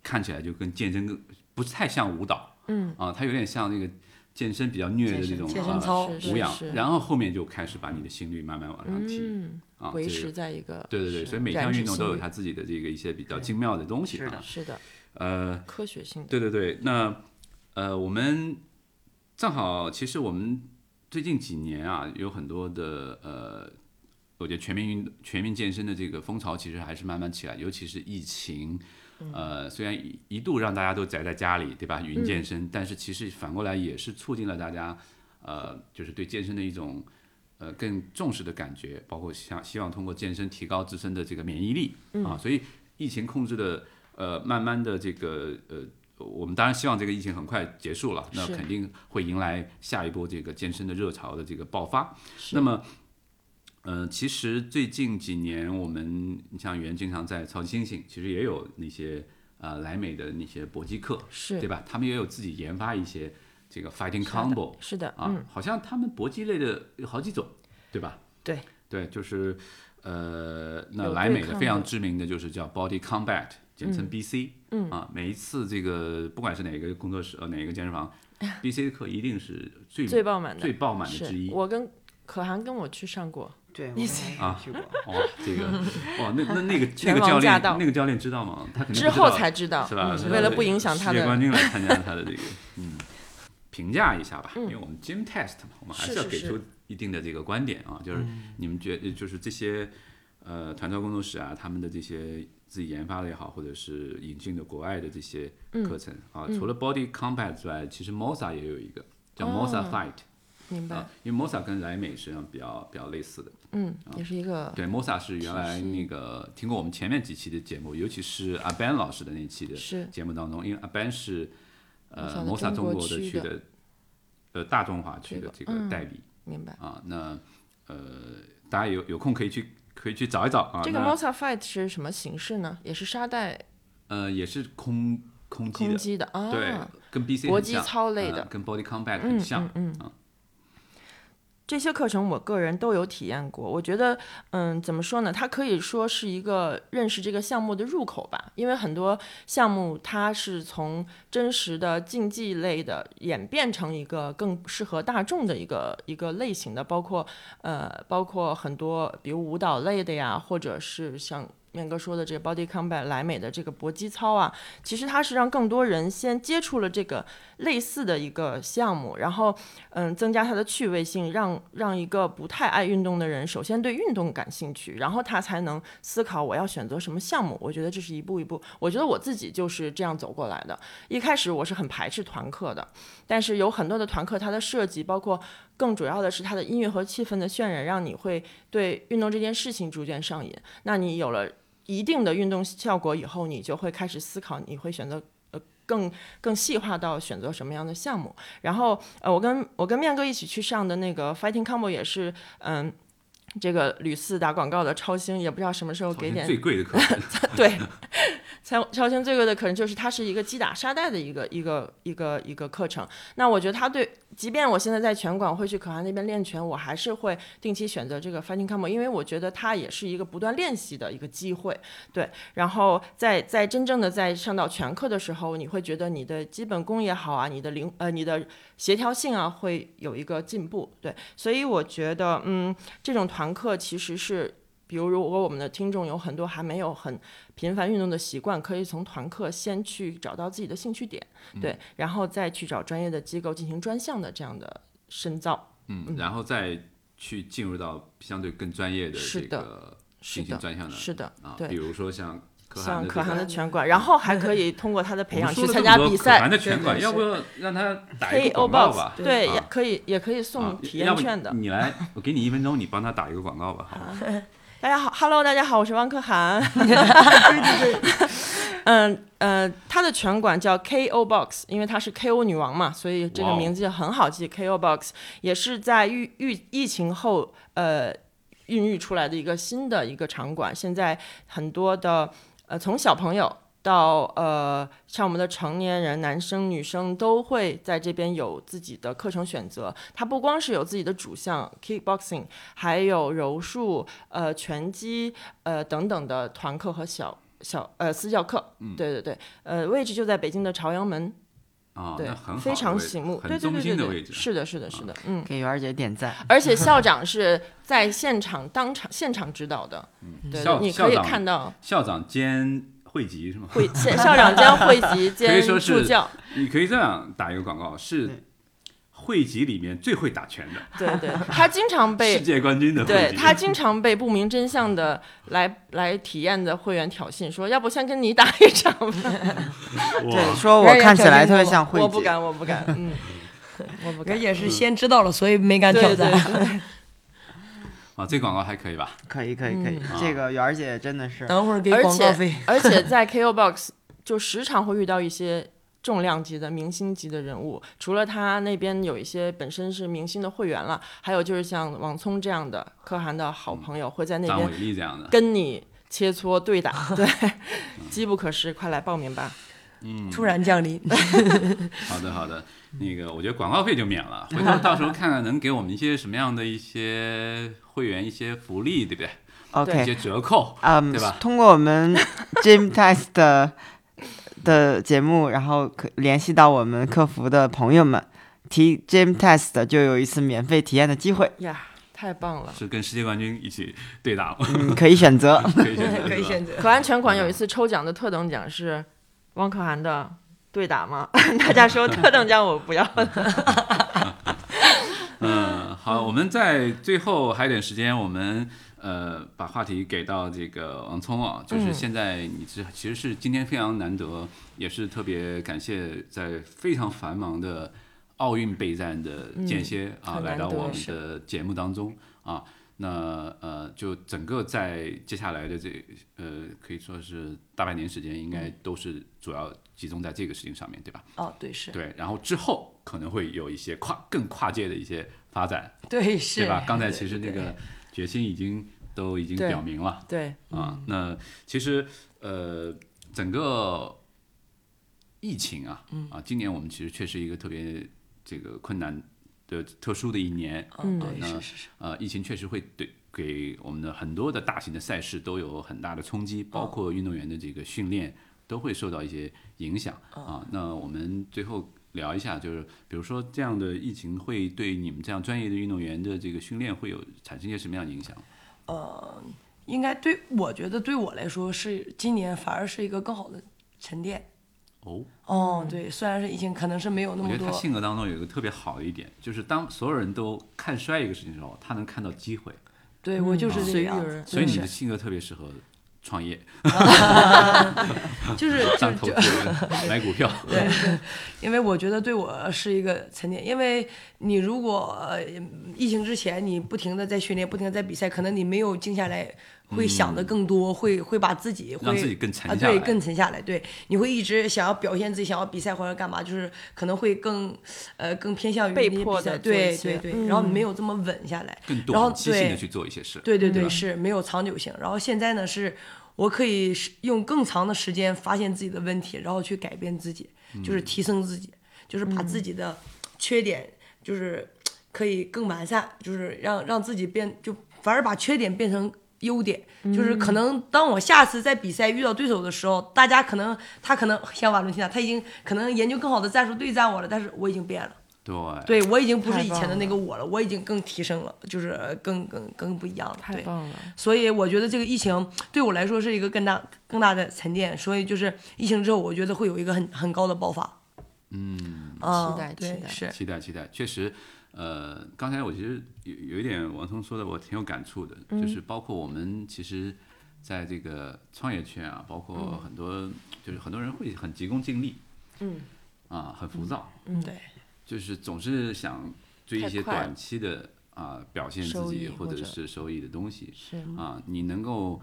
A: 看起来就跟健身更不太像舞蹈，嗯啊，它有点像那个健身比较虐的
C: 健
A: 这
C: 身
A: 种
D: 健
A: 啊
D: 身操
B: 是
A: 无氧
B: 是，
A: 然后后面就开始把你的心率慢慢往上提，啊，
B: 嗯维
A: 这
B: 持
A: 个。
B: 在一个
A: 对对对，
B: 是
A: 所以每
B: 燃
A: 项
B: 脂
A: 运动都有
B: 心率
A: 它自己的这个一些比较精妙的东西
C: 是的
A: 啊。
B: 是的
A: 呃，
B: 科学性的，
A: 对对对，那呃，我们正好，其实我们最近几年啊，有很多的呃，我觉得全民运动、全民健身的这个风潮，其实还是慢慢起来，尤其是疫情。呃，虽然一一度让大家都宅在家里，对吧？云健身，但是其实反过来也是促进了大家，呃，就是对健身的一种呃更重视的感觉，包括想希望通过健身提高自身的这个免疫力、
B: 嗯
A: 啊。所以疫情控制的呃，慢慢的这个呃，我们当然希望这个疫情很快结束了，那
B: 是
A: 肯定会迎来下一波这个健身的热潮的这个爆发。
B: 是
A: 那么，呃，其实最近几年，我们你像原经常在超级猩猩，其实也有那些呃莱美的那些搏击课，
B: 是
A: 对吧？他们也有自己研发一些这个 fighting
B: 是的
A: combo
B: 是的，嗯
A: 啊，好像他们搏击类的有好几种，对吧？
B: 对
A: 对，就是呃，那
B: 有
A: 莱
B: 对
A: 美的
B: 抗
A: 非常
B: 的
A: 知名的就是叫 Body Combat，简称 BC。嗯啊，每一次这个不管是哪个工作室呃哪个健身房 ，BC 的课一定是最
B: 最爆满的，
A: 最爆满的之
B: 是
A: 一。
B: 我跟可汗跟我去上过，
C: 对，我
B: 你
C: 们
B: 这
A: 啊
C: 也去过。
A: 哇，这个哇，那那 那个那
B: 拳
A: 个
B: 王
A: 教
B: 驾
A: 练
B: 到
A: 那个教练知道吗？他肯定
B: 之
A: 不知道
B: 后才知道嗯
A: 是，吧？
B: 为了不影响他
A: 世界
B: 的
A: 冠军来参加他的这个 嗯评价一下吧，因为我们 gym test 嘛，我们还
B: 嗯是
A: 是要
B: 是
A: 给
B: 是嗯
A: 出一定的这个观点啊，就是你们觉就是这些呃团招工作室啊，他们的这些自己研发的也好，或者是引进的国外的这些
B: 嗯哦
A: 课程啊，除了 Body Combat 之外，其实 MOSA 也有一个叫 MOSA Fight。
B: 明白
A: 啊，因为 Mosa 跟莱美实际上比较比较类似的。
B: 嗯，也是一个
A: 对，Mosa 是原来那个听过我们前面几期的节目，尤其是阿 Ben 老师的那期的
B: 是
A: 节目当中，因为阿 Ben 是呃
B: Mosa
A: Mosa
B: 的中
A: 中
B: 国
A: 国的
B: 区
A: 区
B: 的嗯
A: 的呃大中华区的这
B: 这
A: 个代理
B: 明白。
A: 啊，那呃大家有有空可以去可以去找一找啊。
B: 这个
A: 那
B: Mosa Fight 是什么形式呢？也是沙袋
A: 呃也是空空击
B: 空
A: 的，
B: 击的啊，
A: 对，跟 BC
B: 搏
A: 很
B: 击
A: 像
B: 操类
A: 嗯
B: 的嗯
A: 跟 Body Combat 很像，
B: 这些课程我个人都有体验过，我觉得，嗯，怎么说呢？它可以说是一个认识这个项目的入口吧，因为很多项目它是从真实的竞技类的演变成一个更适合大众的一个一个类型的，包括呃，包括很多比如舞蹈类的呀，或者是像。面哥说的这个 body combat 莱美的这个搏击操啊，其实它是让更多人先接触了这个类似的一个项目，然后嗯，增加他的趣味性，让让一个不太爱运动的人，首先对运动感兴趣，然后他才能思考我要选择什么项目。我觉得这是一步一步，我觉得我自己就是这样走过来的。一开始我是很排斥团课的，但是有很多的团课，它的设计包括更主要的是它的音乐和气氛的渲染，让你会对运动这件事情逐渐上瘾。那你有了一定的运动效果以后，你就会开始思考，你会选择。呃更更细化到选择什么样的项目，然后呃，我跟我跟面哥一起去上的那个 Fighting Combo 也是，嗯，这个屡次打广告的超星，也不知道什么时候给
A: 好像
B: 点
A: 最贵的课程
B: 对，超超星最贵的可能就是它是一个击打沙袋的一个一个一个一个课程。那我觉得它对，即便我现在在拳馆会去可汗那边练拳，我还是会定期选择这个 fighting combo，因为我觉得它也是一个不断练习的一个机会。对，然后在在真正的在上到拳课的时候，你会觉得你的基本功也好啊，你的灵呃你的协调性啊会有一个进步。对，所以我觉得嗯，这种团课其实是。比如，如果我们的听众有很多还没有很频繁运动的习惯，可以从团课先去找到自己的兴趣点，
A: 嗯
B: 对，然后再去找专业的机构进行专项的这样的深造。
A: 嗯，然后再去进入到相对更专业的这
B: 是的
A: 个
B: 是
A: 进行
B: 的，
A: 专项的
B: 是的，
A: 啊，比
B: 对，
A: 如说像可汗
B: 像
A: 的这
B: 可
A: 个
B: 汗的拳馆，然后还可以通过他的培
A: 我
B: 养
A: 们说了
B: 去参
A: 这么
B: 加
A: 多
B: 比
A: 可
B: 赛
A: 汗的拳馆，
B: 对
A: 要不要让他打一个
B: ，KO
A: 广告吧
B: box，？对，
A: 啊
B: 也可以也可以
A: 啊
B: 送，嗯体
A: 要
B: 验
A: 不
B: 券的。
A: 你 来，我给你一分钟，你帮他打一个广告吧，好吧？
B: 大家好，Hello，大家好，我是汪 可涵。 嗯呃，她的拳馆叫 KO Box，因为她是 KO 女王嘛，所以这
A: 哇
B: 个
A: 哦
B: 名字也很好记。KO Box 也是在疫疫疫情后呃孕育出来的一个新的一个场馆。现在很多的呃从小朋友到呃像我们的成年人，男生女生都会在这边有自己的课程选择。它不光是有自己的主项 kickboxing，还有柔术、呃拳击、呃等等的团课和小小呃私教课。
A: 嗯
B: 对对对，呃位置就在北京的朝阳门，
A: 啊，
B: 对
A: 那很好，
B: 非常醒目，对
A: 很
B: 对
A: 中
B: 对
A: 心的
B: 对
A: 位
B: 对，
A: 置。啊
B: 是的，是的，是的，嗯。
C: 给媛儿姐点赞。
B: 而且校长是在现场当场现场指导的，对
A: 嗯校
B: 对，你
A: 校
B: 可以
A: 长
B: 看到
A: 校长兼会籍是吗？
B: 会现校长兼会籍
A: 可以
B: 兼
A: 说是
B: 助教，
A: 你可以这样打一个广告，是会籍里面最会打拳的，
B: 对对， 他经常被
A: 世界冠军的会
B: 对
A: 籍。
B: 他经常被不明真相的来来体验的会员挑衅，说要不先跟你打一场吧？
C: 对，
A: 哇，
C: 说我
D: 媛儿姐
C: 看起
D: 小
C: 来
D: 心
C: 哎特别
D: 我
C: 像慧
B: 嗯
C: 姐。
B: 我不敢，我不 敢，嗯，我不
D: 人
B: 敢。
D: 也是先知道了，所以没敢
B: 对
D: 挑
B: 对
D: 战。
B: 对，
A: 啊，这广告还可以吧？
C: 可以可以可以，
A: 嗯
C: 这个媛儿姐真的是，
D: 等会儿给
B: 而
D: 广告
B: 且
D: 费。
B: 而且在 KO Box 就时常会遇到一些重量级的明星级的人物，除了他那边有一些本身是明星的会员了，还有就是像王聪这样的可汗的
C: 嗯
B: 好朋友会在那
A: 张
B: 边
A: 伟丽这样的，
B: 跟你切磋对打， 对，机不可失，快来报名吧！
A: 嗯
D: 突然 降临，
A: 好的，好的，那个我觉得广告费就免了，回头到时候看看能给我们一些什么样的一些会员一些福利，对不对？一
C: OK，
A: 些折扣，
C: 嗯
A: 对吧，
C: 通过我 们 Gym Test 的的节目，然后可联系到我们客服的朋友们，提 Gym Test 就有一次免费体验的机会，
B: 呀，太棒 了！
A: 是跟世界冠军一起对打吗？
C: 嗯，可以选择。
A: 可以选择，
D: 可
A: 是
D: 以
A: 吧
D: 选择。
B: 可安拳馆有
C: 嗯
B: 一次抽奖的特等奖是汪可涵的对打吗？ 大家说特等奖我不要 了，
A: 嗯，好，我们在最后还有点时间，我们呃把话题给到这个王聪
B: 嗯
A: 啊，就是现在你这其实是今天非常难得，也是特别感谢在非常繁忙的。奥运备战的间歇啊，
B: 嗯很
A: 来
B: 难
A: 到
B: 得
A: 我们
B: 是
A: 的节目当中啊。那呃，就整个在接下来的这呃，可以说是大半年时间，应该
B: 嗯
A: 都是主要集中在这个事情上面，对吧？
D: 哦，对是，
A: 对，然后之后可能会有一些跨更跨界的一些发展，
D: 对是，
A: 对吧？刚才
D: 对
A: 其实那
D: 对
A: 个决心已经都已经
B: 对
A: 表明了，
B: 对，
A: 啊，
D: 嗯
A: 那其实呃，整个疫情啊，
D: 嗯
A: 啊，今年我们其实确实一个特别这个困难的特殊的一年，
D: 嗯
A: 啊
D: 对
A: 那
D: 是是是，
A: 呃，疫情确实会对给我们的很多的大型的赛事都有很大的冲击，包
D: 嗯
A: 括运动员的这个训练都会受到一些影响
D: 嗯
A: 啊。那我们最后聊一下，就是比如说这样的疫情会对你们这样专业的运动员的这个训练会有产生一些什么样的影响？
D: 应该对我觉得对我来说是今年反而是一个更好的沉淀。
A: 哦。
D: 哦，对，虽然是疫情，可能是没有
A: 我
D: 那么
A: 觉得
D: 多
A: 他，性格当中有一个特别好的一点，就是当所有人都看衰一个事情的时候，他能看到机会，
D: 对我
A: 嗯
D: 就是这
B: 随
D: 个
B: 遇
D: 样
B: 而
D: 子，
B: 安
A: 所以你
D: 是
A: 的性格特别适合创业、
D: 就是就
A: 当
D: 是
A: 投
D: 就
A: 资人、买股票。 对，
D: 因为我觉得对我是一个沉淀，因为你如果、呃、疫情之前你不停的在训练，不停的在比赛，可能你没有静下来，会想的更多，会会把自己会
A: 嗯让自己更沉
D: 啊，
A: 下来
D: 对，更沉下来，对，你会一直想要表现自己，想要比赛或者干嘛，就是可能会更呃更偏向于
B: 被
D: 那些
B: 迫
D: 比赛
B: 地做
D: 对
B: 一
D: 对
B: 些嗯
D: 对，然后没有这么稳下来，
A: 更
D: 然后
A: 短期性
D: 对
A: 的去做一些事。
D: 对对对，是没有长久性。然后现在呢，是我可以是用更长的时间发现自己的问题，然后去改变自己，就是
B: 嗯
D: 提升自己，就是把自己的缺点就是可以更完善，就是让让自己变，就反而把缺点变成。优点就是
B: 嗯
D: 可能，当我下次在比赛遇到对手的时候，大家可能他可能像瓦伦蒂娜，他已经可能研究更好的战术对战我了，但是我已经变了。
A: 对
D: 对我已经不是
B: 太
D: 以前
B: 棒
D: 的
B: 了
D: 那个我了，我已经更提升了，就是呃更更更不一样了。
B: 太
D: 对
B: 棒了，
D: 所以我觉得这个疫情对我来说是一个更大更大的沉淀。所以就是疫情之后，我觉得会有一个很很高的爆发。嗯，啊、
B: 期待
D: 对
B: 期待
D: 是
A: 期待期待，确实，呃，刚才我其实有有一点王聪说的，我挺有感触的，
B: 嗯
A: 就是包括我们其实在这个创业圈啊，包括
B: 嗯
A: 很多、就是很多人会很急功近利，嗯，啊，很浮躁，
D: 对，
A: 就是总是想追一
B: 嗯太
A: 些
B: 快了
A: 短期的啊、表现自
B: 收
A: 己
B: 益
A: 或
B: 或
A: 者
B: 者
A: 是收益的东西
B: 是
A: 啊，你能够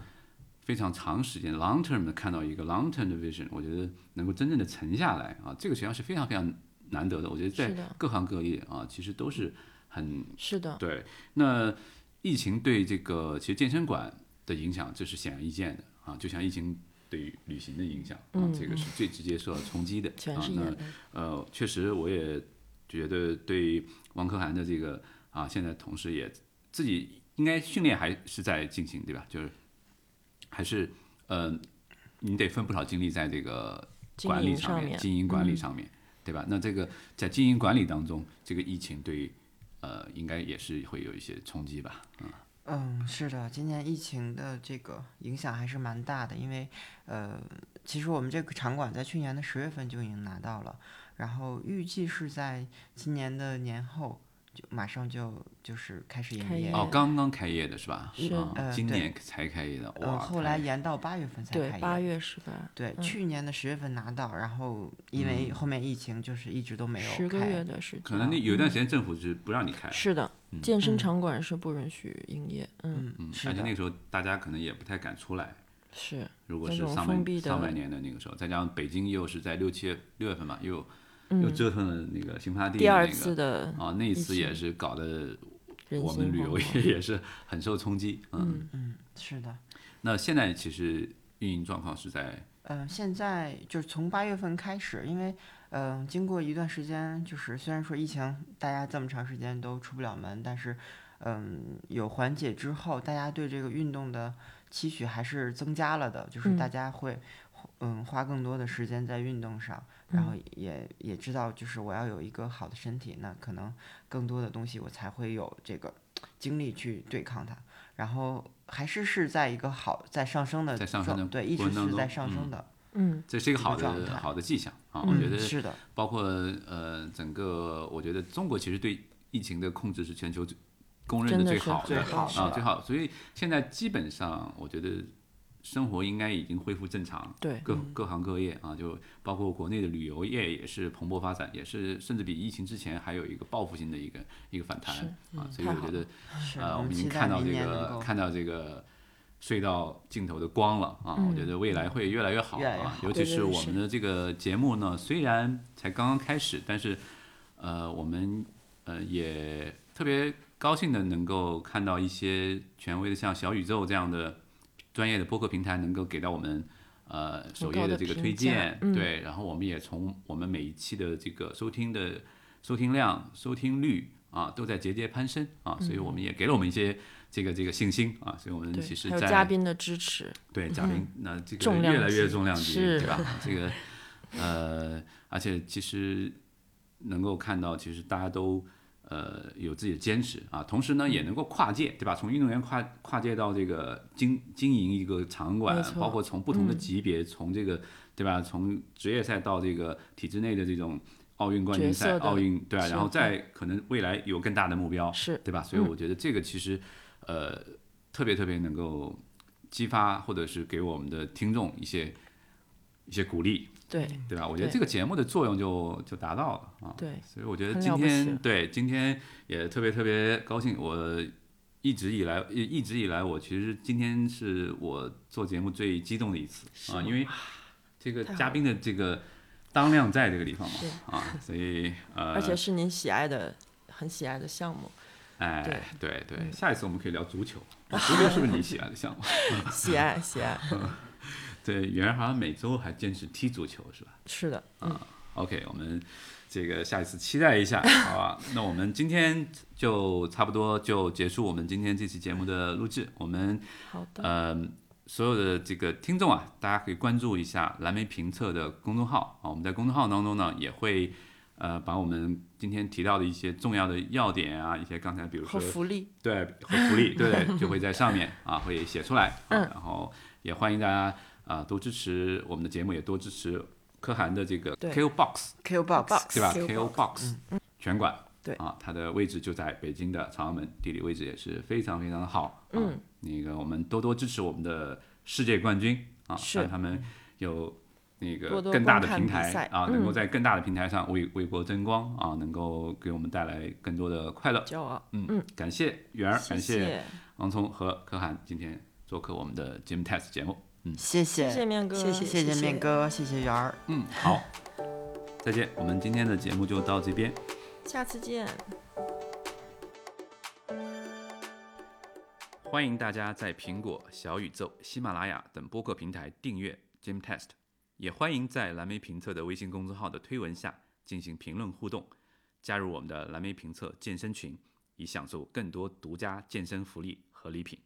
A: 非常长时间 long term 的看到一个 long term 的 vision，我觉得能够真正的沉下来啊，这个实际上是非常非常难得的。我觉得在
B: 是的
A: 各行各业啊，其实都是很
B: 是的，
A: 对。那疫情对这个其实健身馆的影响，这是显而易见的啊，就像疫情。对于旅行的影响啊，这个是最直接受到冲击的
B: 嗯全
A: 啊
B: 是。眼
A: 那
B: 泪。
A: 呃，确实我也觉得对王可涵的这个啊，现在同时也自己应该训练还是在进行，对吧？就是还是呃，你得分不少精力在这个
B: 经
A: 管理
B: 营
A: 上
B: 上
A: 面，
B: 面，嗯
A: 经营管理上面，对吧？那这个在经营管理当中，这个疫情对呃，应该也是会有一些冲击吧？
C: 嗯，是的，今年疫情的这个影响还是蛮大的，因为呃，其实我们这个场馆在去年的十月份就已经拿到了，然后预计是在今年的年后就马上就就是开始
B: 开
C: 营业
B: 业
A: 哦
B: 嗯，
C: 了，
A: 刚刚开业的是吧？
B: 是
A: 啊，
C: 哎呃
A: 今
C: 对
A: 年才开业的，哇！
C: 呃，后来
A: 太
C: 延到八月份才
B: 对
C: 开，业。
B: 八月是吧？
C: 对，
B: 嗯
C: 去年的十月份拿到，然后因
A: 嗯
C: 为后面疫情就是一直都没有
B: 十个
C: 开
B: 月嗯的时间，
A: 可能那
C: 嗯
A: 有一段时间政府是不让你开，
B: 是的，健身场馆是不允许营业，嗯，
A: 嗯
C: 嗯，是
A: 而且
C: 的
A: 那，个时候大家可能也不太敢出来。
B: 是
A: 如果
B: 那
A: 是
B: 种
A: 上
B: 封
A: 半
B: 闭的
A: 上半年的那个时候，再加上北京又是在六七月六月份嘛，又、又折腾了那个新发地、那个、
B: 嗯第二次的
A: 啊，那一次也
B: 情
A: 是搞得
B: 人
A: 我们
B: 心
A: 旅
B: 惶
A: 游
B: 惶
A: 业也 是很受冲击。嗯，
C: 嗯，是的。
A: 那现在其实运营状况是在
C: 嗯，现在就是从八月份开始，因为嗯、呃经过一段时间，就是虽然说疫情大家这么长时间都出不了门，但是嗯、有缓解之后，大家对这个运动的期许还是增加了的，就是大家会嗯、花更多的时间在运动上，然
B: 嗯
C: 后也也知道就是我要有一个好的身体，那可能更多的东西我才会有这个精力去对抗它，然后。还是是在一个好在上升的
A: 在上
C: 状
A: 升的
C: 对，一
A: 过
C: 直
A: 程当
C: 是在
A: 中
C: 上
A: 嗯
C: 升的。
B: 嗯，
A: 这是一个
C: 这个
A: 好
C: 状
A: 的
C: 态
A: 好的迹象啊，我
C: 嗯，
A: 觉得
C: 是的，
A: 包括呃整个，我觉得中国其实对疫情的控制是全球最公认
B: 真的
A: 最
B: 是
A: 好
B: 最
A: 的
B: 好
A: 啊
B: 的
A: 最好，所以现在基本上我觉得生活应该已经恢复正常，
B: 对，
A: 各各行各业啊，就包括国内的旅游业也是蓬勃发展，也是甚至比疫情之前还有一个报复性的一个一个反弹
B: 是嗯
A: 啊，所以
B: 太
A: 我
B: 好
A: 觉得
C: 是
A: 呃，我们已
C: 期
A: 经
C: 待
A: 看到
C: 明
A: 这
C: 年能
A: 个
C: 够
A: 看到这个隧道尽头的光了啊！我觉得未来会越来越好
C: 越来越
A: 啊，
C: 好
A: 尤其
B: 对对
A: 是
B: 对
A: 我
B: 是
A: 们的这个节目呢，虽然才刚刚开始，但是呃，我们呃也特别高兴的能够看到一些权威的像小宇宙这样的专业的播客平台能够给到我们。呃，首
B: 足
A: 页
B: 够
A: 的
B: 的
A: 这个
B: 评
A: 推
B: 价
A: 荐，
B: 嗯
A: 对，然后我们也从我们每一期的这个收听的收听量、收听率啊，都在节节攀升啊，所以我们也给了我们一些这个这个信心啊，所以我们
B: 嗯对
A: 其，实
B: 还有
A: 在
B: 嘉宾的支持，
A: 对嘉宾那这个
B: 重量
A: 越来越
B: 级
A: 重量级，
B: 是
A: 对吧？这个呃，而且其实能够看到，其实大家都呃有自己的坚持啊，同时呢
B: 嗯
A: 也能够跨界，对吧？从运动员跨跨界到这个经经营一个场馆
B: 没，错嗯
A: 包括从不同的级别，从这个对吧？从职业赛到这个体制内的这种奥运冠军
B: 角
A: 赛、
B: 色的
A: 奥运对吧？
B: 身
A: 然后
B: 份
A: 再哎可能未来有更大的目标，
B: 是嗯
A: 对吧？所以我觉得这个其实，呃，特别特别能够激发或者是给我们的听众一些一些鼓励，
B: 对，
A: 对吧？我觉得
B: 对
A: 这个节目的作用就就达到了啊。
B: 对，
A: 所以我觉得
B: 很
A: 今
B: 了不
A: 天
B: 起
A: 对今天也特别特别高兴，我一直以来一一直以来，我其实今天是我做节目最激动的一次啊，因为这个
B: 太好
A: 嘉
B: 了
A: 宾的这个当量在这个地方嘛
B: 是
A: 啊，所以呃，
B: 而且是您喜爱的、很喜爱的项目，
A: 哎，对对，下一次我们可以聊足球，足球是不是你喜欢的项目？
B: 喜爱喜爱，
A: 对，圆儿好像每周还坚持踢足球是吧
B: 是的，
A: 嗯
B: 嗯
A: ？OK，我们这个下一次期待一下，好吧？那我们今天就差不多就结束我们今天这期节目的录制，我们
B: 好的，
A: 呃所有的这个听众啊，大家可以关注一下蓝莓评测的公众号啊，我们在公众号当中呢也会。呃，把我们今天提到的一些重要的要点啊，一些刚才比如说
B: 和福利，
A: 对和福利，对对，就会在上面啊会写出来、啊，
B: 嗯
A: 然后也欢迎大家啊、多支持我们的节目，也多支持可汗的这个
B: 对
A: KO Box
C: Q box
A: 对吧
D: KO
A: ？KO Box 拳馆
B: 嗯对
A: 啊，它的位置就在北京的朝阳门，地理位置也是非常非常的好。啊、
B: 嗯，
A: 那个我们多多支持我们的世界冠军啊，
B: 是
A: 让他们有那个
B: 多多
A: 更大的
B: 观看
A: 平
B: 比
A: 台
B: 赛
A: 啊，能够
B: 嗯
A: 在更大的平台上为为国争光啊，能够给我们带来更多的快乐。
B: 骄傲，
A: 嗯，感谢圆儿，感谢
B: 谢
A: 王聪和可汗今天做客我们的节目 test 节目。
C: 谢
B: 谢谢
C: 谢
B: 面哥，
D: 谢谢
C: 谢谢面哥，谢谢圆儿。
A: 嗯，好，再见，我们今天的节目就到这边。
B: 下次见。
A: 欢迎大家在苹果、小宇宙、喜马拉雅等播客平台订阅 Jim Test，也欢迎在蓝莓评测的微信公众号的推文下进行评论互动，加入我们的蓝莓评测健身群，以享受更多独家健身福利和礼品。